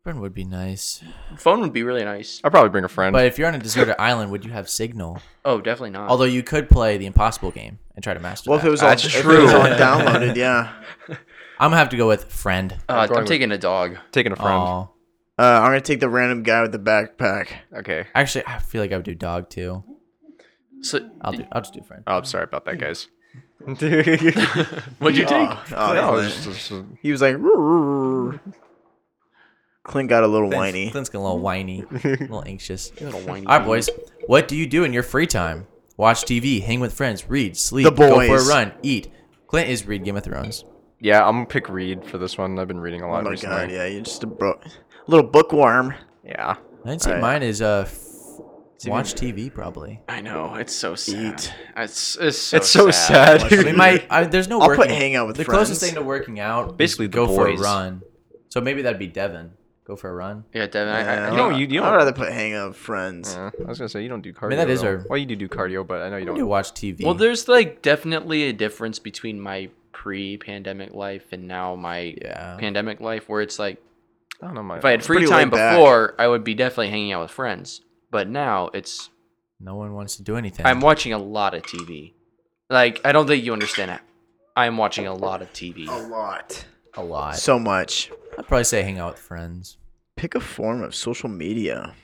Speaker 9: Friend would be nice,
Speaker 3: Phone would be really nice.
Speaker 10: I'll probably bring a friend.
Speaker 9: but if you're on a deserted island, would you have signal?
Speaker 3: Oh, definitely not.
Speaker 9: Although you could play the impossible game and try to master
Speaker 11: Well, if
Speaker 9: that.
Speaker 11: it was all,
Speaker 10: That's
Speaker 11: if it was
Speaker 10: true.
Speaker 11: all downloaded, [laughs] yeah.
Speaker 9: I'm gonna have to go with friend.
Speaker 3: uh,
Speaker 10: going
Speaker 3: I'm
Speaker 10: with-
Speaker 3: taking a dog.
Speaker 10: Taking a Oh, friend.
Speaker 9: Aw.
Speaker 11: Uh, I'm gonna take the random guy with the backpack.
Speaker 10: Okay.
Speaker 9: Actually, I feel like I would do dog too.
Speaker 3: So,
Speaker 9: I'll do. I'll just do friend.
Speaker 10: Oh, I'm sorry about
Speaker 9: [laughs]
Speaker 10: that, guys. [laughs]
Speaker 3: what'd you take?
Speaker 11: Oh,
Speaker 10: No,
Speaker 11: Clint.
Speaker 10: it's just-
Speaker 11: He was like, "Roar." Clint got a little
Speaker 9: Clint's-
Speaker 11: whiny.
Speaker 9: Clint's getting a little
Speaker 10: [laughs]
Speaker 9: whiny, a little anxious.
Speaker 3: Little whiny
Speaker 9: All right, boys. What do you do in your free time? Watch TV, hang with friends, read, sleep,
Speaker 11: The
Speaker 9: go for
Speaker 11: boys.
Speaker 9: a run, eat. Clint is read Game of Thrones.
Speaker 10: yeah, I'm gonna pick Reed for this one. I've been reading a
Speaker 11: Oh
Speaker 10: lot
Speaker 11: my
Speaker 10: recently.
Speaker 11: god, yeah, you're just a bro- little bookworm.
Speaker 10: yeah.
Speaker 9: I'd say
Speaker 11: Alright.
Speaker 9: mine is uh, f- watch TV probably.
Speaker 3: I know it's so sad. It's it's so,
Speaker 10: It's so sad.
Speaker 9: I mean, my I, there's no.
Speaker 11: I'll put
Speaker 9: working,
Speaker 11: hang out with
Speaker 9: the
Speaker 11: friends.
Speaker 9: closest thing to working out.
Speaker 10: Basically,
Speaker 9: is
Speaker 10: the
Speaker 9: go for a
Speaker 10: boys.
Speaker 9: run. So maybe that'd be Devin. Go for a run.
Speaker 3: Yeah, Devin. I- I, I,
Speaker 10: You don't. You, you
Speaker 11: I'd
Speaker 10: don't.
Speaker 11: rather put hang out with friends.
Speaker 10: Yeah, I was gonna say you don't do cardio.
Speaker 9: mean, that is
Speaker 10: though.
Speaker 9: our-
Speaker 10: Well, you do do cardio, but I know you
Speaker 9: You
Speaker 10: don't.
Speaker 9: watch TV.
Speaker 3: Well, there's like definitely a difference between my pre-pandemic life and now my
Speaker 9: Yeah.
Speaker 3: pandemic life, where it's like
Speaker 10: I don't know my.
Speaker 3: if I had free
Speaker 11: pretty
Speaker 3: time
Speaker 11: laid back.
Speaker 3: before, I would be definitely hanging out with friends. But now it's
Speaker 9: no one wants to do anything.
Speaker 3: I'm watching a lot of TV. Like I don't think you understand it. I'm watching a lot of TV.
Speaker 11: A lot,
Speaker 9: a lot.
Speaker 11: so much.
Speaker 9: I'd probably say hang out with friends.
Speaker 11: Pick a form of social media.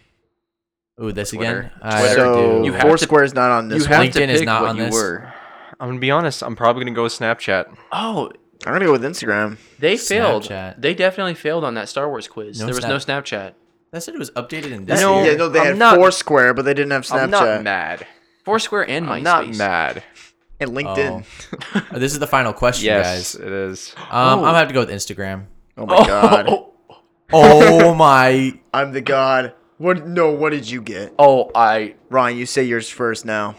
Speaker 9: Ooh, this again.
Speaker 3: Twitter.
Speaker 9: I gotta
Speaker 11: so
Speaker 9: do-
Speaker 3: You have to-
Speaker 11: Foursquare is not on this.
Speaker 3: you have
Speaker 11: one.
Speaker 3: to
Speaker 9: LinkedIn
Speaker 3: pick
Speaker 9: is not
Speaker 3: what
Speaker 9: on
Speaker 3: you
Speaker 9: this.
Speaker 3: were.
Speaker 10: I'm gonna be honest. I'm probably gonna go with Snapchat.
Speaker 3: Oh,
Speaker 11: I'm gonna go with Instagram.
Speaker 3: they failed.
Speaker 9: Snapchat.
Speaker 3: They definitely failed on that Star Wars quiz.
Speaker 9: No
Speaker 3: there was no Snapchat.
Speaker 9: that said it was updated in this.
Speaker 11: That's-
Speaker 10: No,
Speaker 9: year.
Speaker 11: yeah, no, they
Speaker 10: I'm
Speaker 11: had
Speaker 10: not-
Speaker 11: Foursquare, but they didn't have Snapchat
Speaker 10: I'm not mad.
Speaker 3: Foursquare and MySpace.
Speaker 10: I'm not mad.
Speaker 11: and LinkedIn. Oh,
Speaker 9: Oh, this is the final question, guys.
Speaker 10: Yes, it is.
Speaker 3: Oh.
Speaker 9: Um, I'm gonna have to go with Instagram.
Speaker 11: my
Speaker 10: [laughs]
Speaker 11: god,
Speaker 3: [laughs]
Speaker 9: Oh my!
Speaker 11: I'm the god. What? No, what did you get,
Speaker 3: Oh, I
Speaker 11: Ryan? You say yours first now.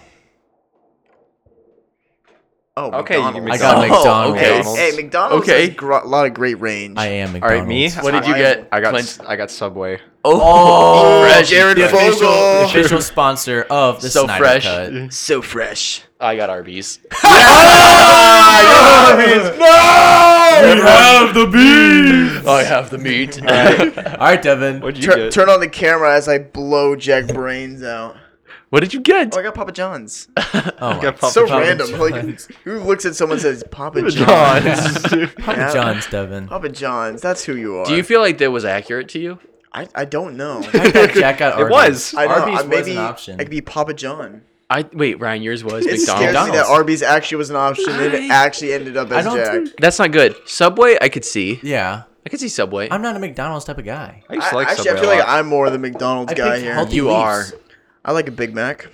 Speaker 11: Oh,
Speaker 10: Okay, you can
Speaker 11: McDonald's.
Speaker 10: make
Speaker 9: I got
Speaker 3: Oh,
Speaker 9: McDonald's.
Speaker 3: okay.
Speaker 10: McDonald's.
Speaker 11: Hey, McDonald's
Speaker 3: Okay.
Speaker 11: has a gro- lot of great range.
Speaker 9: I am
Speaker 10: All
Speaker 9: McDonald's.
Speaker 10: right,
Speaker 3: [laughs]
Speaker 10: me.
Speaker 3: What did you
Speaker 11: I-
Speaker 3: get?
Speaker 10: I got.
Speaker 3: Clint?
Speaker 10: I got Subway.
Speaker 9: Oh,
Speaker 11: fresh Jared
Speaker 9: the official,
Speaker 11: Fogle.
Speaker 9: official sponsor of the
Speaker 3: So
Speaker 9: Snyder
Speaker 3: fresh.
Speaker 9: Cut.
Speaker 3: [laughs]
Speaker 11: So fresh.
Speaker 3: I got Arby's. I have the meat.
Speaker 9: [laughs] All right, Devin.
Speaker 10: What'd you
Speaker 11: Tur-
Speaker 10: get?
Speaker 11: [laughs] turn on the camera as I blow Jack brains out.
Speaker 3: What did you get?
Speaker 11: Oh, I got Papa [laughs] John's.
Speaker 9: Oh, my.
Speaker 11: so
Speaker 9: Papa
Speaker 11: [laughs] random. Like,
Speaker 9: John's.
Speaker 11: who looks at someone and [laughs] says
Speaker 10: [laughs]
Speaker 11: Papa John's?
Speaker 3: John.
Speaker 9: Papa
Speaker 11: Yeah.
Speaker 9: John's,
Speaker 3: [laughs]
Speaker 9: Devin.
Speaker 11: Papa John's. That's who you
Speaker 3: [laughs]
Speaker 11: are.
Speaker 3: Do you feel like that was accurate to you?
Speaker 11: I, I don't [laughs] know.
Speaker 9: I thought Jack got Arby's.
Speaker 10: was.
Speaker 11: I know.
Speaker 9: Arby's
Speaker 11: I-
Speaker 9: was
Speaker 11: maybe
Speaker 9: an option.
Speaker 11: I could be Papa John.
Speaker 3: I wait, Ryan, yours was
Speaker 11: It scares me
Speaker 3: McDonald's.
Speaker 11: that Arby's actually was an option and it actually ended up as
Speaker 9: don't
Speaker 11: Jack.
Speaker 9: think-
Speaker 3: That's not good. Subway, I could see.
Speaker 9: yeah.
Speaker 3: I could see Subway.
Speaker 9: I'm not a McDonald's type of guy.
Speaker 10: I
Speaker 11: I,
Speaker 10: used to like
Speaker 11: actually, I
Speaker 10: Subway
Speaker 11: feel
Speaker 10: a
Speaker 11: like
Speaker 10: lot.
Speaker 11: I'm more the McDonald's
Speaker 9: I
Speaker 11: guy
Speaker 9: pick
Speaker 11: here.
Speaker 9: healthy
Speaker 3: You
Speaker 9: leaves.
Speaker 3: are.
Speaker 11: I like a Big Mac.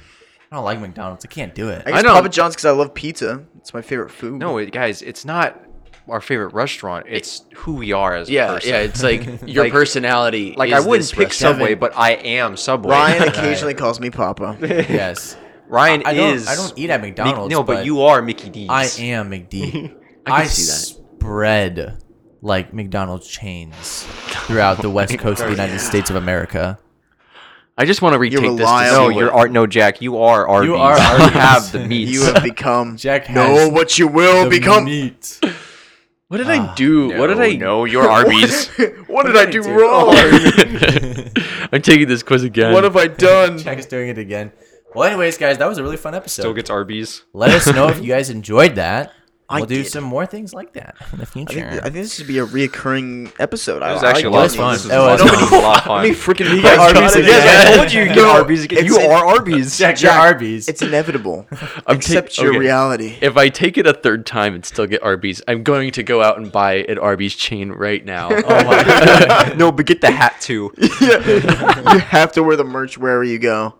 Speaker 9: I don't like McDonald's. I can't do it.
Speaker 11: I guess
Speaker 3: know.
Speaker 11: Papa John's because I love pizza. It's my favorite food.
Speaker 10: no, it, guys, it's not our favorite restaurant. It's who we are as
Speaker 3: yeah,
Speaker 10: a person.
Speaker 3: yeah. It's like your
Speaker 10: Like-
Speaker 3: personality.
Speaker 10: Like
Speaker 3: is
Speaker 10: I wouldn't
Speaker 3: this
Speaker 10: pick
Speaker 3: restaurant.
Speaker 10: Subway, but I am Subway. [laughs]
Speaker 11: Ryan occasionally calls me Papa.
Speaker 9: yes.
Speaker 10: Ryan
Speaker 9: I don't,
Speaker 10: is.
Speaker 9: I don't eat at
Speaker 10: Mc-
Speaker 9: McDonald's.
Speaker 10: no, but, you are Mickey D's.
Speaker 9: I am McD. I,
Speaker 3: can see that.
Speaker 9: spread like McDonald's chains throughout the west coast of the United States of America.
Speaker 3: I just want to retake this. To
Speaker 11: reliable.
Speaker 3: see
Speaker 10: No,
Speaker 3: what-
Speaker 10: you're art. No, Jack, you are Arby's. You
Speaker 9: are Arby's.
Speaker 10: have the meats.
Speaker 11: You have become.
Speaker 9: Jack has
Speaker 11: [laughs] know what you will
Speaker 9: The
Speaker 11: become.
Speaker 9: meat.
Speaker 3: What did I do? what did I?
Speaker 10: No, you're Arby's.
Speaker 11: [laughs] what did I do
Speaker 9: do?
Speaker 11: wrong?
Speaker 10: [laughs]
Speaker 3: I'm taking this quiz again.
Speaker 11: what have I done?
Speaker 9: [laughs] Jack is doing it again. Well, anyways, guys, that was a really fun episode.
Speaker 10: Still gets Arby's.
Speaker 9: Let us know if you guys enjoyed that.
Speaker 11: I
Speaker 9: We'll do
Speaker 11: did.
Speaker 9: some more things like that in the future.
Speaker 11: I think, I think this should be a reoccurring episode. I,
Speaker 10: It was
Speaker 11: I
Speaker 10: actually a
Speaker 11: like
Speaker 10: lot
Speaker 9: was
Speaker 10: of
Speaker 11: doing [laughs]
Speaker 9: fun.
Speaker 10: fun. Oh,
Speaker 11: these.
Speaker 9: It was
Speaker 11: Nobody-
Speaker 10: a lot of [laughs]
Speaker 11: How
Speaker 10: fun.
Speaker 11: many freaking you
Speaker 9: got Arby's again.
Speaker 10: Yes, I told you you get
Speaker 11: No,
Speaker 10: Arby's again.
Speaker 11: it's-
Speaker 10: You
Speaker 11: it-
Speaker 10: are Arby's.
Speaker 9: Jack,
Speaker 11: Jack.
Speaker 9: your Arby's.
Speaker 11: It's inevitable.
Speaker 3: I'm ta-
Speaker 11: Accept your
Speaker 3: okay.
Speaker 11: reality.
Speaker 3: If I take it a third time and still get Arby's, I'm going to go out and buy an Arby's chain right
Speaker 11: [laughs]
Speaker 3: now.
Speaker 9: oh my God.
Speaker 10: [laughs] no, but get the hat too.
Speaker 11: [laughs] you have to wear the merch wherever you go.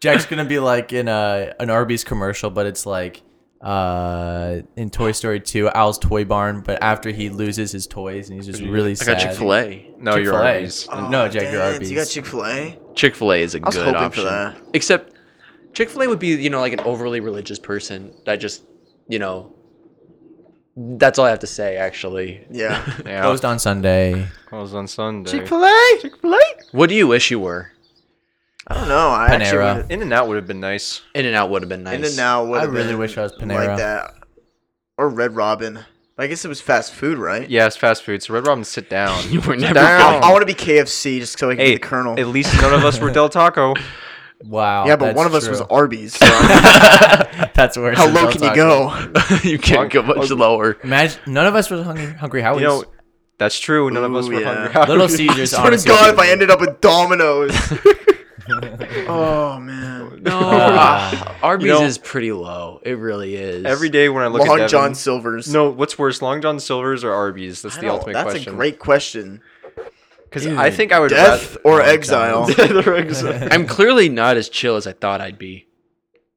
Speaker 9: Jack's gonna be like in a an Arby's commercial, but it's like uh in Toy Story 2, Al's toy barn, but after he loses his toys and he's just really
Speaker 3: I
Speaker 9: sad.
Speaker 3: got Chick Fil A.
Speaker 10: No, you're
Speaker 9: Chick-fil-A.
Speaker 10: Arby's.
Speaker 9: no, Jack, you're
Speaker 11: Dang,
Speaker 9: Arby's.
Speaker 11: Oh, You got Chick Fil A.
Speaker 3: Chick Fil A is a
Speaker 11: was
Speaker 3: good
Speaker 11: hoping for
Speaker 3: option.
Speaker 11: that.
Speaker 3: Except Chick Fil A would be, you know, like an overly religious person that just, you know, that's all I have to say. Actually,
Speaker 10: [laughs]
Speaker 11: Yeah.
Speaker 10: Yeah.
Speaker 9: Closed on Sunday.
Speaker 10: I was on Sunday.
Speaker 11: A. Chick Fil A.
Speaker 3: what do you wish you were?
Speaker 11: I don't know. I actually
Speaker 9: Panera.
Speaker 11: would've-
Speaker 10: In and out would have been nice.
Speaker 3: In and Out would have been nice.
Speaker 11: In and Out.
Speaker 9: I
Speaker 11: would've
Speaker 9: really
Speaker 11: been
Speaker 9: wish I was Panera.
Speaker 11: like that, or Red Robin. I guess it was fast food, right?
Speaker 10: Yes, fast food. So Red Robin, sit down.
Speaker 3: [laughs]
Speaker 10: [laughs]
Speaker 3: You were
Speaker 11: [laughs]
Speaker 3: never. Down.
Speaker 11: I, want to be KFC just so I can be
Speaker 10: hey,
Speaker 11: the Colonel.
Speaker 10: At least none of us were Del Taco.
Speaker 9: Wow.
Speaker 11: yeah, but
Speaker 9: that's
Speaker 11: one of us
Speaker 9: true. [laughs]
Speaker 11: was Arby's. So I'm-
Speaker 9: that's worse.
Speaker 11: how
Speaker 9: than
Speaker 11: low
Speaker 9: Del
Speaker 11: can you
Speaker 9: Taco.
Speaker 11: go?
Speaker 3: you can't go much
Speaker 11: [laughs]
Speaker 3: lower.
Speaker 9: Imagine none of us was hungry. Hungry Howie's.
Speaker 10: You know, that's true. None of us
Speaker 11: Ooh,
Speaker 10: were
Speaker 11: yeah.
Speaker 10: hungry. [laughs]
Speaker 3: [laughs]
Speaker 9: Little Caesars.
Speaker 11: Swear to
Speaker 9: honestly,
Speaker 11: God, if I ended up with Domino's. oh man.
Speaker 3: No,
Speaker 9: Ah.
Speaker 3: [laughs] Arby's
Speaker 10: You know-
Speaker 3: is pretty low. It really is.
Speaker 10: Every day when I look
Speaker 11: Long
Speaker 10: at Devin,
Speaker 11: John Silver's.
Speaker 10: No, what's worse, Long John Silver's or Arby's? That's
Speaker 11: I
Speaker 10: the
Speaker 11: don't-
Speaker 10: ultimate
Speaker 11: that's
Speaker 10: question.
Speaker 11: a great question.
Speaker 10: Because I think I would
Speaker 11: Death or
Speaker 9: Long
Speaker 11: exile?
Speaker 10: rather. They're exact-
Speaker 3: I'm clearly not as chill as I thought I'd be.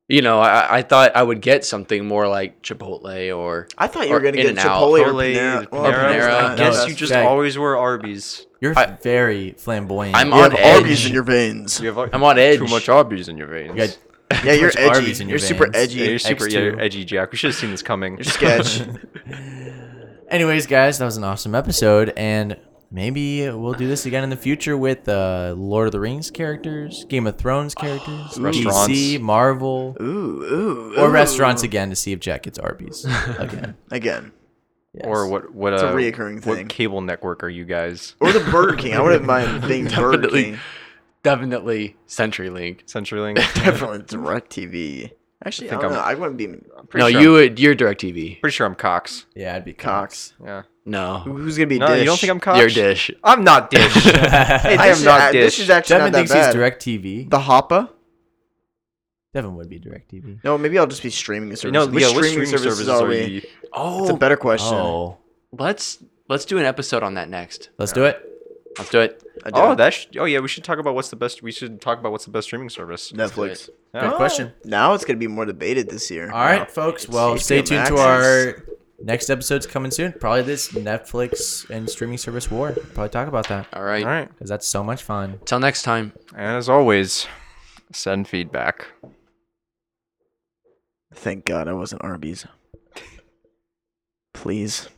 Speaker 3: You know, I, I thought I would get something more like Chipotle or
Speaker 11: I thought you were
Speaker 3: Or
Speaker 11: gonna get
Speaker 3: In-N-Out.
Speaker 11: Chipotle or
Speaker 10: Chipotle,
Speaker 11: Panera. Well,
Speaker 10: Panera.
Speaker 3: Panera.
Speaker 11: not
Speaker 10: I
Speaker 3: No,
Speaker 10: guess
Speaker 11: best.
Speaker 10: you just
Speaker 9: Jack.
Speaker 10: always were Arby's.
Speaker 9: You're
Speaker 3: I-
Speaker 9: very flamboyant.
Speaker 3: I'm
Speaker 11: You
Speaker 3: on
Speaker 11: have Arby's
Speaker 3: edge.
Speaker 11: in your veins.
Speaker 10: You have
Speaker 3: I'm on edge.
Speaker 10: Too much Arby's in your veins.
Speaker 9: You got-
Speaker 11: Yeah, you're
Speaker 9: much
Speaker 11: edgy.
Speaker 9: Arby's in your
Speaker 11: You're super
Speaker 9: veins.
Speaker 11: edgy.
Speaker 10: Yeah, you're super yeah,
Speaker 9: X2.
Speaker 10: you're edgy, Jack. We should have seen this coming.
Speaker 11: sketch.
Speaker 9: Anyways, guys, that was an awesome episode, and maybe we'll do this again in the future with uh, Lord of the Rings characters, Game of Thrones characters, DC,
Speaker 10: Restaurants.
Speaker 9: Marvel,
Speaker 11: ooh, ooh,
Speaker 9: or
Speaker 11: ooh.
Speaker 9: restaurants again to see if Jack gets Arby's again.
Speaker 11: again.
Speaker 10: [laughs] Or what? What
Speaker 11: a
Speaker 10: uh,
Speaker 11: reoccurring thing.
Speaker 10: What cable network are you guys?
Speaker 11: Or the Burger King. I wouldn't [laughs] mind being Burger
Speaker 3: Definitely.
Speaker 11: King.
Speaker 3: Definitely CenturyLink.
Speaker 11: [laughs]
Speaker 10: CenturyLink.
Speaker 11: Definitely DirecTV. Actually, I,
Speaker 10: think
Speaker 11: don't
Speaker 10: I'm-
Speaker 11: know. I wouldn't be
Speaker 10: Pretty sure
Speaker 3: no, you
Speaker 10: I'm-
Speaker 3: would. You're Directv.
Speaker 10: Pretty sure I'm Cox.
Speaker 9: Yeah, I'd be
Speaker 11: Cox.
Speaker 10: Yeah.
Speaker 3: No,
Speaker 11: Who's gonna be?
Speaker 10: No,
Speaker 11: Dish?
Speaker 10: you don't think I'm Cox?
Speaker 3: you're Dish.
Speaker 10: I'm
Speaker 11: [laughs]
Speaker 10: not Dish.
Speaker 9: Devin
Speaker 10: I
Speaker 11: This
Speaker 10: am
Speaker 11: is-
Speaker 10: not
Speaker 11: uh, This
Speaker 10: Dish.
Speaker 11: is actually not that
Speaker 9: thinks
Speaker 11: bad.
Speaker 9: he's Direct TV.
Speaker 11: the Hoppa.
Speaker 9: Devin would be Direct TV.
Speaker 11: No, maybe I'll just be streaming services.
Speaker 10: no,
Speaker 11: Which
Speaker 10: yeah,
Speaker 11: streaming,
Speaker 10: what streaming
Speaker 11: services,
Speaker 10: services
Speaker 11: are
Speaker 10: are
Speaker 11: we?
Speaker 10: you?
Speaker 11: It's a
Speaker 3: Oh,
Speaker 11: better question.
Speaker 9: Oh,
Speaker 3: let's let's do an episode on that next.
Speaker 9: let's do it.
Speaker 3: Let's do it.
Speaker 11: I do.
Speaker 10: Oh, that. Sh- oh, yeah. We should talk about what's the best. We should talk about what's the best streaming service.
Speaker 11: Netflix.
Speaker 9: Good
Speaker 10: Yeah.
Speaker 9: question.
Speaker 11: Now it's gonna be more debated this year.
Speaker 9: All right, folks. Well,
Speaker 11: HBO
Speaker 9: stay tuned to
Speaker 11: Max
Speaker 9: our next episode's coming soon. Probably this Netflix and streaming service war. Probably talk about that
Speaker 3: All right.
Speaker 10: All right.
Speaker 9: because that's so much fun.
Speaker 3: Till next time.
Speaker 10: And as always, send feedback.
Speaker 11: Thank God I wasn't Arby's. Please.